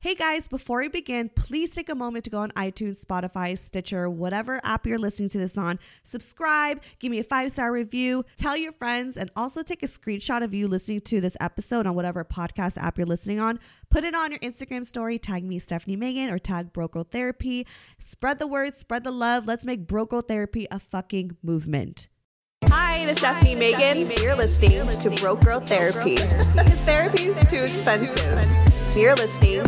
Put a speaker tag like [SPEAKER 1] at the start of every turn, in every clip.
[SPEAKER 1] Hey guys, before we begin, please take a moment to go on iTunes, Spotify, Stitcher, whatever app you're listening to this on. Subscribe, give me a five star review, tell your friends, and also take a screenshot of you listening to this episode on whatever podcast app you're listening on. Put it on your Instagram story, tag me, Stephanie Megan, or tag Broco Therapy. Spread the word, spread the love. Let's make Broco Therapy a fucking movement.
[SPEAKER 2] Hi, this is Stephanie Megan. You're listening to Broke Girl Therapy. Therapy is too expensive. You're listening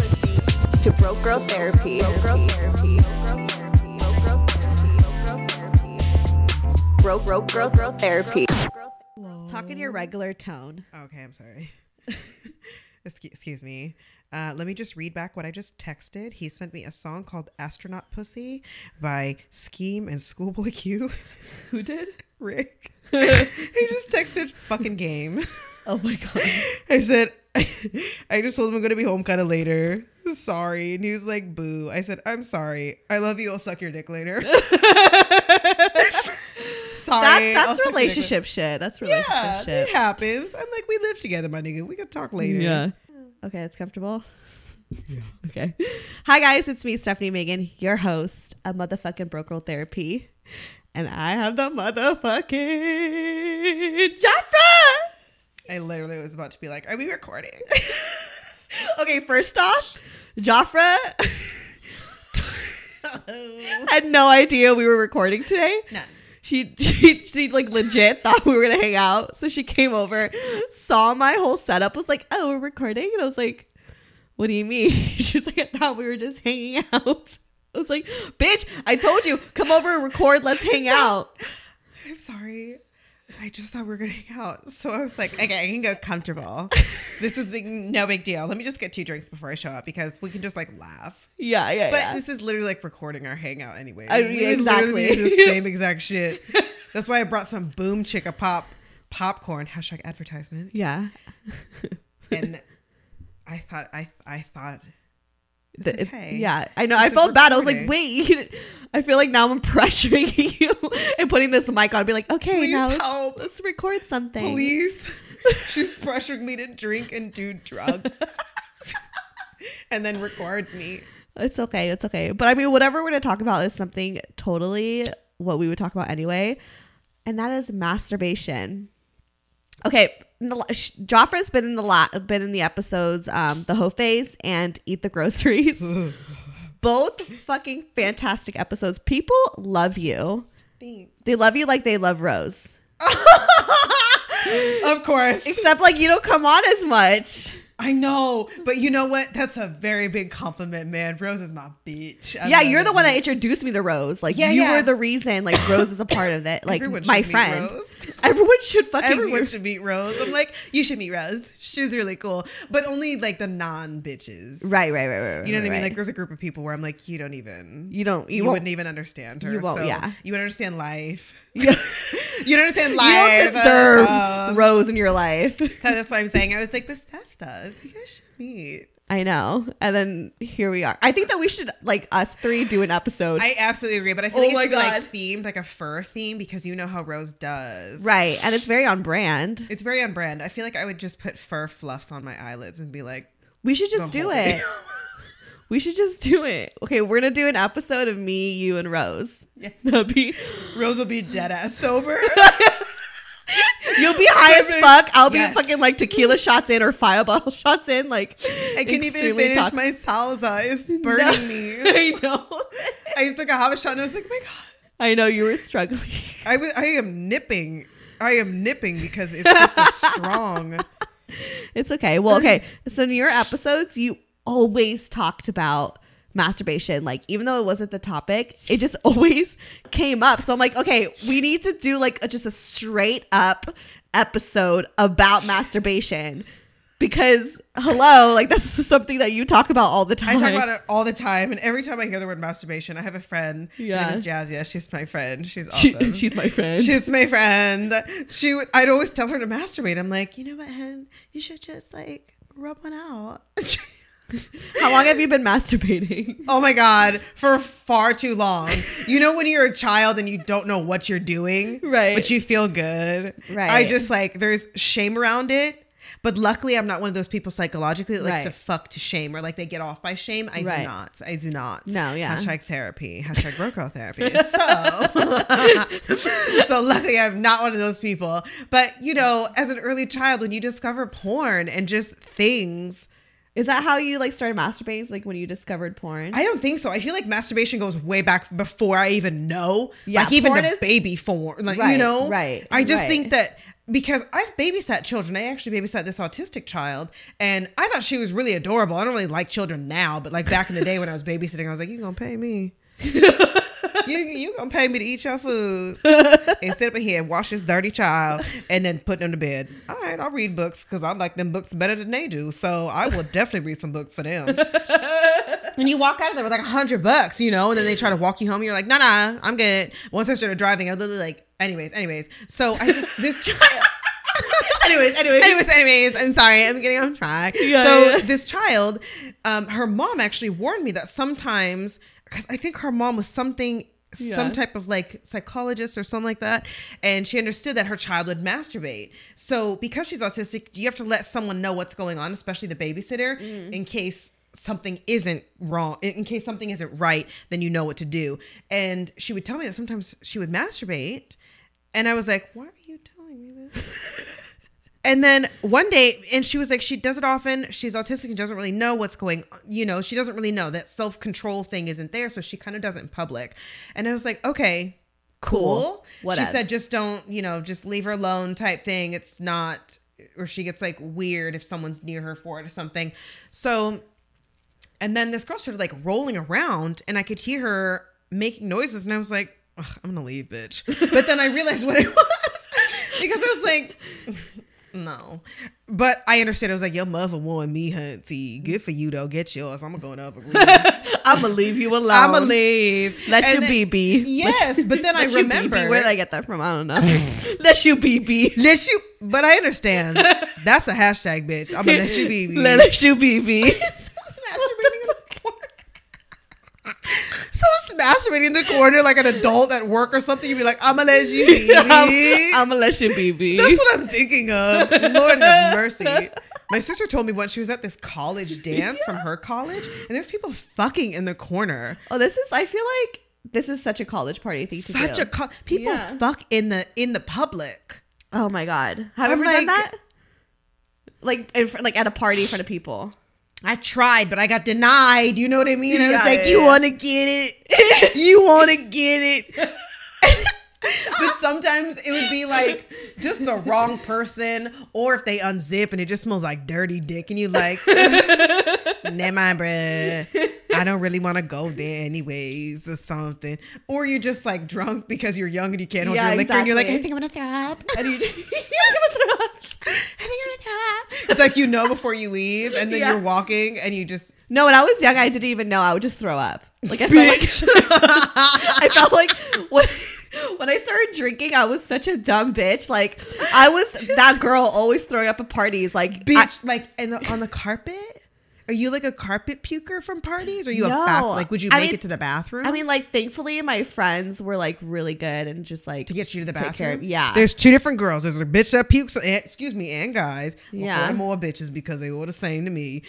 [SPEAKER 2] to Broke Girl Therapy. Broke Broke Girl Girl Therapy.
[SPEAKER 1] Talk in your regular tone.
[SPEAKER 3] Okay, I'm sorry. excuse, excuse me. Uh, let me just read back what I just texted. He sent me a song called Astronaut Pussy by Scheme and Schoolboy Q.
[SPEAKER 1] Who did?
[SPEAKER 3] Rick. he just texted fucking game.
[SPEAKER 1] Oh my god.
[SPEAKER 3] I said, I just told him I'm going to be home kind of later. Sorry. And he was like, boo. I said, I'm sorry. I love you. I'll suck your dick later.
[SPEAKER 1] That, that's
[SPEAKER 3] sorry. I'll suck your dick later.
[SPEAKER 1] relationship shit. That's relationship
[SPEAKER 3] Yeah,
[SPEAKER 1] shit.
[SPEAKER 3] it happens. I'm like, we live together, my nigga. We could talk later.
[SPEAKER 1] Okay, it's comfortable. Yeah. Okay. Hi guys, it's me, Stephanie Megan, your host of motherfucking Broke Girl Therapy. And I have the motherfucking Jeffra.
[SPEAKER 3] I literally was about to be like, are we recording?
[SPEAKER 1] Okay, first off, Jafra had no idea we were recording today.
[SPEAKER 3] No.
[SPEAKER 1] She, she she like legit thought we were gonna hang out. So she came over, saw my whole setup, was like, Oh, we're recording? And I was like, What do you mean? She's like, I thought we were just hanging out. I was like, Bitch, I told you, come over and record, let's hang out.
[SPEAKER 3] I'm sorry. I just thought we were gonna hang out. So I was like, okay, I can go comfortable. this is big, no big deal. Let me just get two drinks before I show up because we can just like laugh.
[SPEAKER 1] Yeah, yeah,
[SPEAKER 3] But
[SPEAKER 1] yeah.
[SPEAKER 3] this is literally like recording our hangout anyway.
[SPEAKER 1] I-
[SPEAKER 3] we would
[SPEAKER 1] exactly.
[SPEAKER 3] literally do the same exact shit. That's why I brought some boom chicka pop popcorn hashtag advertisement.
[SPEAKER 1] yeah.
[SPEAKER 3] And I thought I I thought
[SPEAKER 1] The- it-
[SPEAKER 3] okay.
[SPEAKER 1] Yeah, I know. I
[SPEAKER 3] is
[SPEAKER 1] felt bad. I was like,
[SPEAKER 3] recording.
[SPEAKER 1] wait, you didn't- I feel like now I'm pressuring you and putting this mic on. Be like, okay,
[SPEAKER 3] please
[SPEAKER 1] now let's,
[SPEAKER 3] help.
[SPEAKER 1] let's record something.
[SPEAKER 3] Please. She's pressuring me to drink and do drugs. and then record me.
[SPEAKER 1] It's okay. It's okay. But I mean, whatever we're going to talk about is something totally what we would talk about anyway, and that is masturbation. Okay, in the, la- sh- Joffrey's been in the la- been in the episodes, um, the hoe phase and eat the groceries. Both fucking fantastic episodes. People love you.
[SPEAKER 3] Thanks.
[SPEAKER 1] They love you like they love Rose.
[SPEAKER 3] Of course.
[SPEAKER 1] Except like you don't come on as much.
[SPEAKER 3] I know, but you know what? That's a very big compliment, man. Rose is my bitch. I
[SPEAKER 1] yeah,
[SPEAKER 3] love
[SPEAKER 1] you're the
[SPEAKER 3] it.
[SPEAKER 1] one that introduced me to Rose. Like
[SPEAKER 3] Yeah,
[SPEAKER 1] you
[SPEAKER 3] yeah.
[SPEAKER 1] were the reason. Like Rose is a part of it. Like
[SPEAKER 3] Everyone
[SPEAKER 1] my
[SPEAKER 3] should meet
[SPEAKER 1] friend.
[SPEAKER 3] Rose.
[SPEAKER 1] Everyone should fucking.
[SPEAKER 3] Everyone should meet Rose. I'm like, you should meet Rose. She's really cool, but only like the non bitches.
[SPEAKER 1] Right, right, right, right. right,
[SPEAKER 3] You know what I mean?
[SPEAKER 1] right.
[SPEAKER 3] Like, there's a group of people where I'm like, you don't even, you,
[SPEAKER 1] you don't. You,
[SPEAKER 3] wouldn't
[SPEAKER 1] wouldn't.
[SPEAKER 3] even understand her.
[SPEAKER 1] you won't,
[SPEAKER 3] so
[SPEAKER 1] yeah.
[SPEAKER 3] You would understand life.
[SPEAKER 1] You,
[SPEAKER 3] You don't understand life. uh,
[SPEAKER 1] don't deserve
[SPEAKER 3] Um,
[SPEAKER 1] Rose in your life.
[SPEAKER 3] so that's what I'm saying. I was like, but Steph does. You guys should meet.
[SPEAKER 1] I know. And then here we are. I think that we should like us three do an episode.
[SPEAKER 3] I absolutely agree, but I feel
[SPEAKER 1] Oh
[SPEAKER 3] like it
[SPEAKER 1] my
[SPEAKER 3] should
[SPEAKER 1] God.
[SPEAKER 3] be like themed, like a fur theme, because you know how Rose does.
[SPEAKER 1] right, and it's very on brand.
[SPEAKER 3] It's very on brand. I feel like I would just put fur fluffs on my eyelids and be like,
[SPEAKER 1] We should
[SPEAKER 3] the
[SPEAKER 1] just do
[SPEAKER 3] whole
[SPEAKER 1] it.
[SPEAKER 3] day.
[SPEAKER 1] We should just do it. Okay, we're gonna do an episode of me, you, and Rose.
[SPEAKER 3] Yeah.
[SPEAKER 1] That'd be
[SPEAKER 3] Rose will be dead ass sober.
[SPEAKER 1] You'll be high as
[SPEAKER 3] Perfect.
[SPEAKER 1] fuck. I'll be
[SPEAKER 3] Yes.
[SPEAKER 1] fucking like tequila shots in or fireball shots in. Like
[SPEAKER 3] I couldn't even
[SPEAKER 1] extremely
[SPEAKER 3] finish
[SPEAKER 1] toxic.
[SPEAKER 3] my salsa. It's
[SPEAKER 1] No.
[SPEAKER 3] burning me.
[SPEAKER 1] I know.
[SPEAKER 3] I used like a half a shot and I was like, "Oh my God.
[SPEAKER 1] I know you were struggling.
[SPEAKER 3] I was I am nipping. I am nipping because it's just a strong.
[SPEAKER 1] It's okay. Well, okay. So in your episodes, you always talked about masturbation. Like even though it wasn't the topic, it just always came up. So I'm like, okay, we need to do like a, just a straight up episode about masturbation. because hello, like that's something that you talk about all the time.
[SPEAKER 3] I talk about it all the time, and every time I hear the word masturbation, I have a friend. Her
[SPEAKER 1] Yeah.
[SPEAKER 3] name is Jazz. Yeah, she's my friend. She's
[SPEAKER 1] She-
[SPEAKER 3] awesome.
[SPEAKER 1] she's my friend.
[SPEAKER 3] She's my friend. She, would- I'd always tell her to masturbate. I'm like, you know what, hen? You should just like rub one out.
[SPEAKER 1] How long have you been masturbating?
[SPEAKER 3] oh my god, for far too long. You know when you're a child and you don't know what you're doing,
[SPEAKER 1] Right.
[SPEAKER 3] But you feel good,
[SPEAKER 1] Right.
[SPEAKER 3] I just like there's shame around it. But luckily, I'm not one of those people psychologically that likes
[SPEAKER 1] Right.
[SPEAKER 3] to fuck to shame or like they get off by shame. I
[SPEAKER 1] Right.
[SPEAKER 3] do not. I do not.
[SPEAKER 1] No, yeah.
[SPEAKER 3] Hashtag therapy. Hashtag bro girl therapy. So, so luckily, I'm not one of those people. But you know, as an early child, when you discover porn and just things,
[SPEAKER 1] Is that how you like started masturbating? Like when you discovered porn?
[SPEAKER 3] I don't think so. I feel like masturbation goes way back before I even know.
[SPEAKER 1] Yeah,
[SPEAKER 3] like even
[SPEAKER 1] porn
[SPEAKER 3] the
[SPEAKER 1] is-
[SPEAKER 3] baby form. Like you
[SPEAKER 1] Right,
[SPEAKER 3] know,
[SPEAKER 1] right,
[SPEAKER 3] I just
[SPEAKER 1] right.
[SPEAKER 3] think that because I've babysat children. I actually babysat this autistic child, and I thought she was really adorable. I don't really like children now, but like back in the day when I was babysitting, I was like, "You gonna pay me? you you gonna pay me to eat your food instead of here and wash this dirty child and then put them to bed? All right, I'll read books because I like them books better than they do. So I will definitely read some books for them." And you walk out of there with like a hundred bucks, you know, and then they try to walk you home. And you're like, nah, nah, I'm good. Once I started driving, I was literally like, anyways, anyways. So I just, this child. anyways, anyways, anyways, anyways. I'm sorry, I'm getting on track.
[SPEAKER 1] Yeah,
[SPEAKER 3] so
[SPEAKER 1] yeah.
[SPEAKER 3] this child, um, her mom actually warned me that sometimes, because I think her mom was something.
[SPEAKER 1] Yeah.
[SPEAKER 3] Some type of like psychologist or something like that. And she understood that her child would masturbate. So, because she's autistic, you have to let someone know what's going on, especially the babysitter, in case something isn't wrong in in case something isn't right then you know what to do and she would tell me that sometimes she would masturbate and i was like why are you telling me this and then one day and she was like she does it often she's autistic and doesn't really know what's going on you know she doesn't really know that self-control thing isn't there so she kind of does it in public and i was like okay
[SPEAKER 1] Cool.
[SPEAKER 3] cool
[SPEAKER 1] What
[SPEAKER 3] she
[SPEAKER 1] else?
[SPEAKER 3] said just don't you know just leave her alone type thing it's not or she gets like weird if someone's near her for it or something so and then this girl started like rolling around, and I could hear her making noises, and I was like, Ugh, I'm gonna leave, bitch. But then I realized what it was because I was like, "Mm, no. But I understood. I was like, your mother warned me, hunty. Good for you though. Get yours. I'm gonna go up.
[SPEAKER 1] I'm gonna leave you alone.
[SPEAKER 3] I'm gonna leave.
[SPEAKER 1] Let
[SPEAKER 3] And
[SPEAKER 1] you
[SPEAKER 3] then-
[SPEAKER 1] be be.
[SPEAKER 3] Yes, but then I
[SPEAKER 1] Let you be be.
[SPEAKER 3] remembered-
[SPEAKER 1] Where did I get that from? I don't know. let you be be.
[SPEAKER 3] Let you. But I understand. That's a hashtag, bitch. I'm gonna let you be. be.
[SPEAKER 1] Let let you be be.
[SPEAKER 3] was masturbating in the corner. Someone's masturbating in the corner like an adult at work or something. You'd be like, I'm gonna let you be.
[SPEAKER 1] I'm gonna let you be be.
[SPEAKER 3] That's what I'm thinking of. Lord have mercy. My sister told me once she was at this college dance from her college, and there's people fucking in the corner.
[SPEAKER 1] Oh, this is. I feel like this is such a college party thing to
[SPEAKER 3] Such
[SPEAKER 1] do.
[SPEAKER 3] a co- people
[SPEAKER 1] Yeah.
[SPEAKER 3] fuck in the in the public.
[SPEAKER 1] oh my god. Have you
[SPEAKER 3] I'm
[SPEAKER 1] ever done
[SPEAKER 3] like-
[SPEAKER 1] that? Like, in fr- like at a party in front of people.
[SPEAKER 3] I tried, but I got denied. You know what I mean? I was
[SPEAKER 1] Yeah,
[SPEAKER 3] like,
[SPEAKER 1] yeah,
[SPEAKER 3] you
[SPEAKER 1] yeah.
[SPEAKER 3] want to get it? You want to get it? but sometimes it would be like just the wrong person, or if they unzip and it just smells like dirty dick, and you like, never mind, bruh. I don't really want to go there anyways, or something. Or you're just like drunk because you're young and you can't hold
[SPEAKER 1] Yeah,
[SPEAKER 3] your liquor, and you're like, I
[SPEAKER 1] exactly.
[SPEAKER 3] think I'm gonna throw up.
[SPEAKER 1] And you, you're gonna throw up.
[SPEAKER 3] I think I'm gonna throw up. It's like you know before you leave, and then
[SPEAKER 1] Yeah.
[SPEAKER 3] you're walking and you just
[SPEAKER 1] No, when I was young, I didn't even know. I would just throw up. Like I felt like I felt like when, when I started drinking, I was such a dumb bitch. Like I was that girl always throwing up at parties. Like
[SPEAKER 3] Beach,
[SPEAKER 1] I-
[SPEAKER 3] like in the, on the carpet? Are you like a carpet puker from parties? Are you a bath?
[SPEAKER 1] No.
[SPEAKER 3] Like, would you
[SPEAKER 1] I
[SPEAKER 3] make
[SPEAKER 1] mean-
[SPEAKER 3] it to the bathroom?
[SPEAKER 1] I mean, like thankfully, my friends were like really good and just like
[SPEAKER 3] to get you to the bathroom.
[SPEAKER 1] take care of- yeah.
[SPEAKER 3] There's two different girls. There's a bitch that pukes. eh, Excuse me, and guys. We'll call
[SPEAKER 1] Yeah.
[SPEAKER 3] them all bitches because they all the same to me.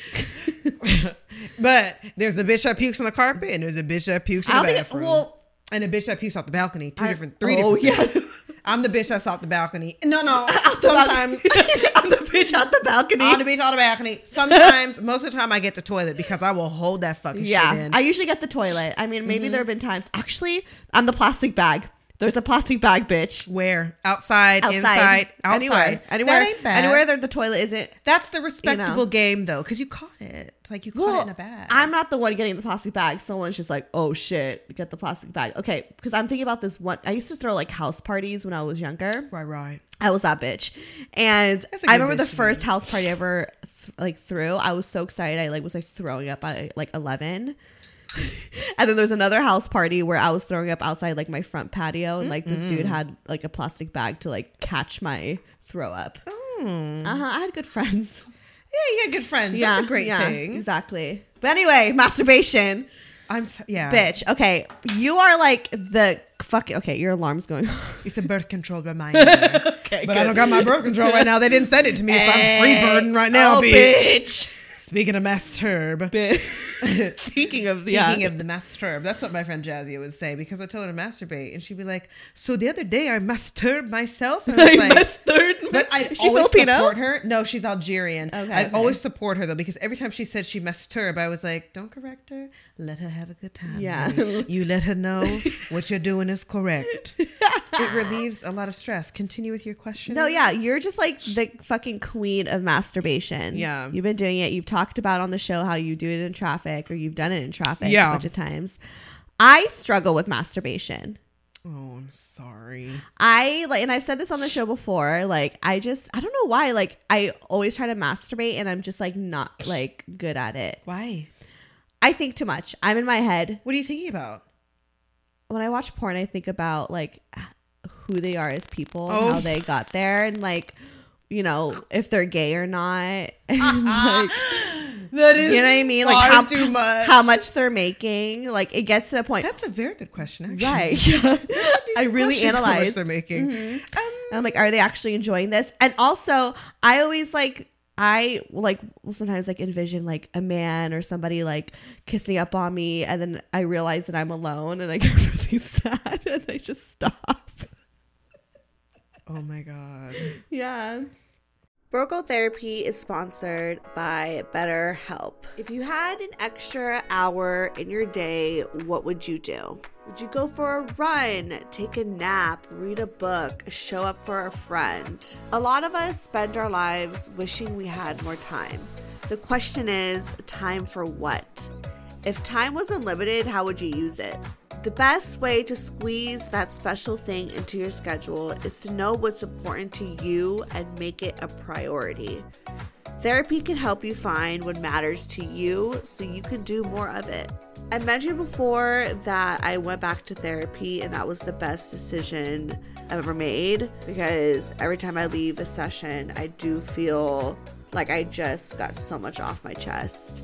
[SPEAKER 3] but there's a bitch that pukes on the carpet, and there's a bitch that pukes in
[SPEAKER 1] I
[SPEAKER 3] the
[SPEAKER 1] don't think-
[SPEAKER 3] bathroom.
[SPEAKER 1] well-
[SPEAKER 3] and a bitch that pukes off the balcony. Two
[SPEAKER 1] I-
[SPEAKER 3] different, three
[SPEAKER 1] oh,
[SPEAKER 3] different. things.
[SPEAKER 1] yeah.
[SPEAKER 3] I'm the bitch that's off the balcony. No, no.
[SPEAKER 1] The bal-
[SPEAKER 3] sometimes
[SPEAKER 1] I'm the bitch out the balcony.
[SPEAKER 3] on the beach, on the balcony. Sometimes, most of the time, I get the toilet because I will hold that fucking shit
[SPEAKER 1] Yeah,
[SPEAKER 3] in.
[SPEAKER 1] I usually get the toilet. I mean,
[SPEAKER 3] Mm-hmm.
[SPEAKER 1] maybe there have been times. Actually, I'm the plastic bag. There's a plastic bag, bitch.
[SPEAKER 3] Where outside,
[SPEAKER 1] Outside,
[SPEAKER 3] inside, outside,
[SPEAKER 1] anywhere,
[SPEAKER 3] That
[SPEAKER 1] anywhere,
[SPEAKER 3] ain't bad.
[SPEAKER 1] anywhere. There, the toilet isn't.
[SPEAKER 3] That's the respectable game, though, because you caught it. Like you caught it in a bag.
[SPEAKER 1] I'm not the one getting the plastic bag. Someone's just like, oh shit, get the plastic bag. Okay, because I'm thinking about this one. I used to throw like house parties when I was younger.
[SPEAKER 3] right, right.
[SPEAKER 1] I was that bitch. And
[SPEAKER 3] That's a
[SPEAKER 1] I
[SPEAKER 3] good
[SPEAKER 1] remember the
[SPEAKER 3] bitch to
[SPEAKER 1] first house party I ever th- like through. I was so excited. I like was like throwing up at like eleven. and then there's another house party where I was throwing up outside like my front patio, and like this dude had like a plastic bag to like catch my throw up. Uh huh. I had good friends.
[SPEAKER 3] Yeah, you had good friends. Hmm. That's a great
[SPEAKER 1] yeah,
[SPEAKER 3] thing.
[SPEAKER 1] Exactly. But anyway, masturbation,
[SPEAKER 3] I'm s- yeah.
[SPEAKER 1] bitch. Okay, you are like the fuck. Okay, your alarm's going. off.
[SPEAKER 3] It's a birth control reminder. but
[SPEAKER 1] okay,
[SPEAKER 3] I don't got my birth control right now. They didn't send it to me, so I'm free birding right now,
[SPEAKER 1] oh,
[SPEAKER 3] Eh. bitch.
[SPEAKER 1] bitch.
[SPEAKER 3] Speaking of masturb.
[SPEAKER 1] Bitch. Speaking of uh, yeah.
[SPEAKER 3] Speaking of the masturb, that's what my friend Jazzy would say because I told her to masturbate, and she'd be like, "So the other day I masturbed myself." And I was
[SPEAKER 1] I
[SPEAKER 3] like,
[SPEAKER 1] must third.
[SPEAKER 3] But I
[SPEAKER 1] Is she
[SPEAKER 3] always
[SPEAKER 1] Filipino?
[SPEAKER 3] support her. No, she's Algerian.
[SPEAKER 1] Okay,
[SPEAKER 3] I
[SPEAKER 1] okay.
[SPEAKER 3] always support her though because every time she said she masturb, I was like, "Don't correct her. Let her have a good time.
[SPEAKER 1] Yeah.
[SPEAKER 3] honey. you let her know what you're doing is correct. it relieves a lot of stress. Continue with your question.
[SPEAKER 1] No, yeah, you're just like the fucking queen of masturbation.
[SPEAKER 3] Yeah.
[SPEAKER 1] You've been doing it. You've talked about on the show how you do it in traffic or you've done it in traffic a
[SPEAKER 3] Yeah.
[SPEAKER 1] bunch of times. I struggle with masturbation.
[SPEAKER 3] Oh, I'm sorry.
[SPEAKER 1] I like, and I've said this on the show before. Like, I just, I don't know why. Like, I always try to masturbate, and I'm just like not like good at it.
[SPEAKER 3] Why?
[SPEAKER 1] I think too much. I'm in my head
[SPEAKER 3] What are you thinking about?
[SPEAKER 1] when I watch porn. I think about like who they are as people,
[SPEAKER 3] Oh.
[SPEAKER 1] and how they got there, and like you know if they're gay or not. And,
[SPEAKER 3] Uh-huh.
[SPEAKER 1] like,
[SPEAKER 3] That
[SPEAKER 1] you know what I mean? Like
[SPEAKER 3] far
[SPEAKER 1] how
[SPEAKER 3] too much.
[SPEAKER 1] how much they're making. Like it gets to a point.
[SPEAKER 3] That's a very good question. Actually.
[SPEAKER 1] right. I really Mm-hmm. Uh,
[SPEAKER 3] Question how much
[SPEAKER 1] analyze.
[SPEAKER 3] they're making. Um,
[SPEAKER 1] And I'm like, are they actually enjoying this? And also, I always like, I like will sometimes like envision like a man or somebody like kissing up on me, and then I realize that I'm alone, and I get really sad, and I just stop.
[SPEAKER 3] oh my god.
[SPEAKER 1] Yeah. Brocal Therapy is sponsored by BetterHelp. If you had an extra hour in your day, what would you do? Would you go for a run, take a nap, read a book, show up for a friend? A lot of us spend our lives wishing we had more time. The question is time for what? If time was unlimited, how would you use it? The best way to squeeze that special thing into your schedule is to know what's important to you and make it a priority. Therapy can help you find what matters to you so you can do more of it. I mentioned before that I went back to therapy and that was the best decision I've ever made because every time I leave a session, I do feel like I just got so much off my chest.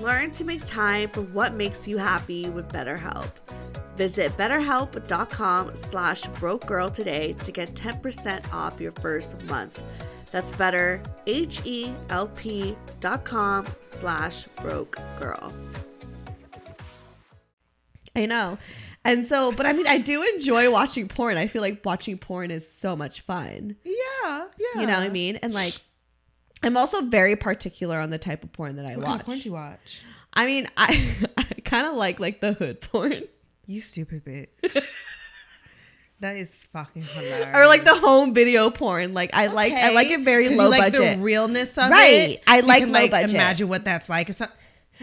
[SPEAKER 1] Learn to make time for what makes you happy with BetterHelp. Visit betterhelp.com slash broke girl today to get 10% off your first month. That's better, H E L P dot com slash broke girl. I know. And so, but I mean, I do enjoy watching porn. I feel like watching porn is so much fun.
[SPEAKER 3] Yeah, yeah.
[SPEAKER 1] You know what I mean? And like, I'm also very particular on the type of porn that I
[SPEAKER 3] What kind
[SPEAKER 1] watch.
[SPEAKER 3] of porn do you watch?
[SPEAKER 1] I mean, I, I kind of like like the hood porn.
[SPEAKER 3] You stupid bitch. that is fucking hilarious.
[SPEAKER 1] or like the home video porn. Like I like I
[SPEAKER 3] Mm. Okay.
[SPEAKER 1] like it very
[SPEAKER 3] 'Cause
[SPEAKER 1] low
[SPEAKER 3] you like
[SPEAKER 1] budget.
[SPEAKER 3] The realness of
[SPEAKER 1] Right.
[SPEAKER 3] it.
[SPEAKER 1] I
[SPEAKER 3] you
[SPEAKER 1] like
[SPEAKER 3] can,
[SPEAKER 1] low budget.
[SPEAKER 3] Imagine what that's like. It's not,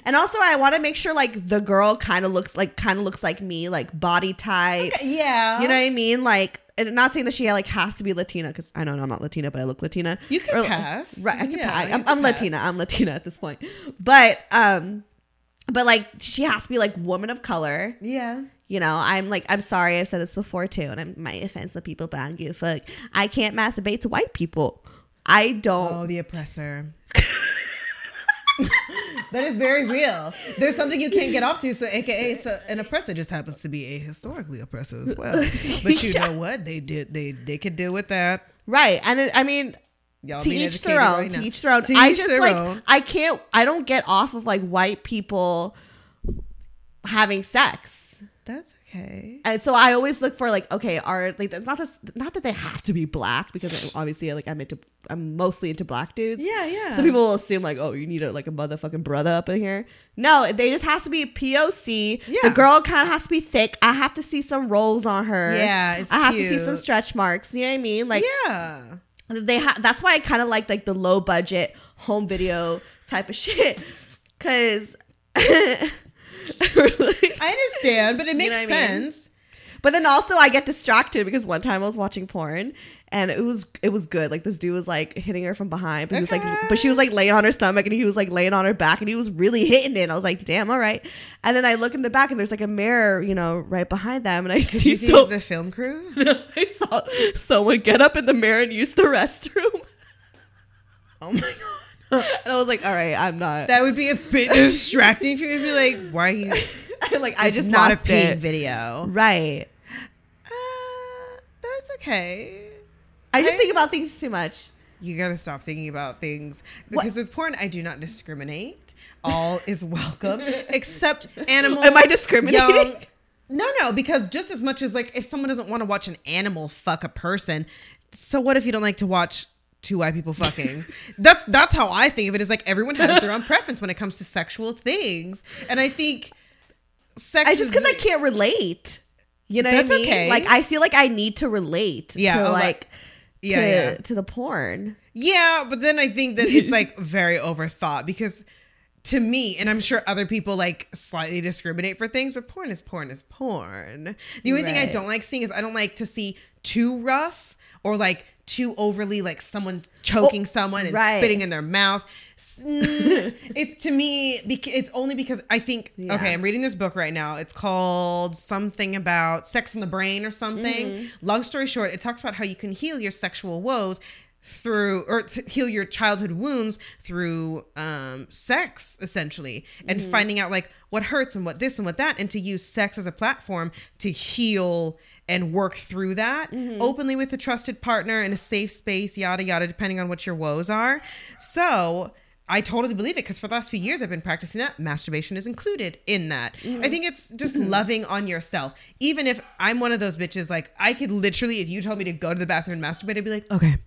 [SPEAKER 1] and also I want to make sure like the girl kind of looks like kind of looks like me, like body type.
[SPEAKER 3] yeah,
[SPEAKER 1] You know what I mean? Like and not saying that she like has to be Latina because I don't know I'm not Latina, but I look Latina.
[SPEAKER 3] You can
[SPEAKER 1] Or-
[SPEAKER 3] pass.
[SPEAKER 1] Right. I can
[SPEAKER 3] Yeah,
[SPEAKER 1] pass.
[SPEAKER 3] you
[SPEAKER 1] I'm,
[SPEAKER 3] can
[SPEAKER 1] I'm
[SPEAKER 3] pass.
[SPEAKER 1] Latina. I'm Latina at this point. But um but like she has to be like woman of color.
[SPEAKER 3] yeah.
[SPEAKER 1] You know, I'm like, I'm sorry, I've said this before too, and I'm my offense to people, but I don't give a fuck. I can't masturbate to white people. I don't.
[SPEAKER 3] Oh, the oppressor. That is very real. There's something you can't get off to, so AKA it's a, an oppressor just happens to be a historically oppressor as well. But you know what? They did. They they could deal with that.
[SPEAKER 1] Right. And it, I mean,
[SPEAKER 3] Y'all
[SPEAKER 1] to
[SPEAKER 3] being
[SPEAKER 1] each their
[SPEAKER 3] educated
[SPEAKER 1] own.
[SPEAKER 3] right
[SPEAKER 1] to
[SPEAKER 3] now.
[SPEAKER 1] each their own.
[SPEAKER 3] To
[SPEAKER 1] I
[SPEAKER 3] each
[SPEAKER 1] just
[SPEAKER 3] their
[SPEAKER 1] like
[SPEAKER 3] own.
[SPEAKER 1] I can't. I don't get off of like white people having sex,
[SPEAKER 3] That's okay.
[SPEAKER 1] and so I always look for like okay, are like that's not this, not that they have to be black because obviously like I'm into I'm mostly into black dudes.
[SPEAKER 3] Yeah, yeah.
[SPEAKER 1] So people will assume like, oh, you need a, like a motherfucking brother up in here. No, they just has to be POC. The
[SPEAKER 3] Yeah.
[SPEAKER 1] girl kind of has to be thick. I have to see some rolls on her.
[SPEAKER 3] Yeah, it's
[SPEAKER 1] I have to see
[SPEAKER 3] cute.
[SPEAKER 1] some stretch marks. You know what I mean? Like,
[SPEAKER 3] yeah.
[SPEAKER 1] they ha- that's why I kind of like like the low budget home video type of shit because
[SPEAKER 3] I understand, but it
[SPEAKER 1] You know
[SPEAKER 3] makes
[SPEAKER 1] what I mean?
[SPEAKER 3] sense.
[SPEAKER 1] but then also I get distracted because one time I was watching porn and it was it was good like this dude was like hitting her from behind but he was like
[SPEAKER 3] Okay.
[SPEAKER 1] but she was like laying on her stomach and he was like laying on her back and he was really hitting it and I was like damn all right and then I look in the back and there's like a mirror you know right behind them and I
[SPEAKER 3] Did
[SPEAKER 1] see
[SPEAKER 3] you see
[SPEAKER 1] so
[SPEAKER 3] the film crew?
[SPEAKER 1] I saw someone get up in the mirror and use the restroom
[SPEAKER 3] Oh my god,
[SPEAKER 1] and I was like all right I'm not
[SPEAKER 3] that would be a bit distracting for you. to be like, why are you?
[SPEAKER 1] I'm like I
[SPEAKER 3] It's
[SPEAKER 1] just
[SPEAKER 3] not a
[SPEAKER 1] lost
[SPEAKER 3] paid
[SPEAKER 1] it.
[SPEAKER 3] video.
[SPEAKER 1] Right.
[SPEAKER 3] Uh, that's okay.
[SPEAKER 1] I just
[SPEAKER 3] I-
[SPEAKER 1] think about things too much.
[SPEAKER 3] You gotta stop thinking about things
[SPEAKER 1] What-
[SPEAKER 3] because with porn, I do not discriminate. All is welcome, except animal.
[SPEAKER 1] Am I discriminating?
[SPEAKER 3] young- No, no, because just as much as like if someone doesn't want to watch an animal fuck a person, so what if you don't like to watch two white people fucking? that's that's how I think of it. Is like everyone has their own preference when it comes to sexual things, and I think sex.
[SPEAKER 1] I just because I
[SPEAKER 3] is-
[SPEAKER 1] can't relate. You know
[SPEAKER 3] That's
[SPEAKER 1] what I mean?
[SPEAKER 3] okay.
[SPEAKER 1] Like I feel like I need to relate
[SPEAKER 3] Yeah,
[SPEAKER 1] to
[SPEAKER 3] oh,
[SPEAKER 1] like to,
[SPEAKER 3] yeah, yeah.
[SPEAKER 1] to the porn.
[SPEAKER 3] Yeah, but then I think that it's like very overthought because to me, and I'm sure other people like slightly discriminate for things, but porn is porn is porn. The only thing I
[SPEAKER 1] Right.
[SPEAKER 3] don't like seeing is I don't like to see too rough or like too overly like someone choking
[SPEAKER 1] Oh,
[SPEAKER 3] someone and
[SPEAKER 1] right.
[SPEAKER 3] spitting in their mouth. S- mm, it's to me, bec- it's only because I think,
[SPEAKER 1] Yeah.
[SPEAKER 3] okay, I'm reading this book right now. It's called something about sex in the brain or something. Long story short, it talks about how you can heal your sexual woes through or t- heal your childhood wounds through um sex essentially and finding out like what hurts and what this and what that and to use sex as a platform to heal and work through that openly with a trusted partner in a safe space yada yada depending on what your woes are so I totally believe it because for the last few years I've been practicing that. Masturbation is included in that. I think it's just
[SPEAKER 1] Mm-hmm.
[SPEAKER 3] loving on yourself. Even if I'm one of those bitches, like I could literally, if you told me to go to the bathroom and masturbate, I'd be like, okay.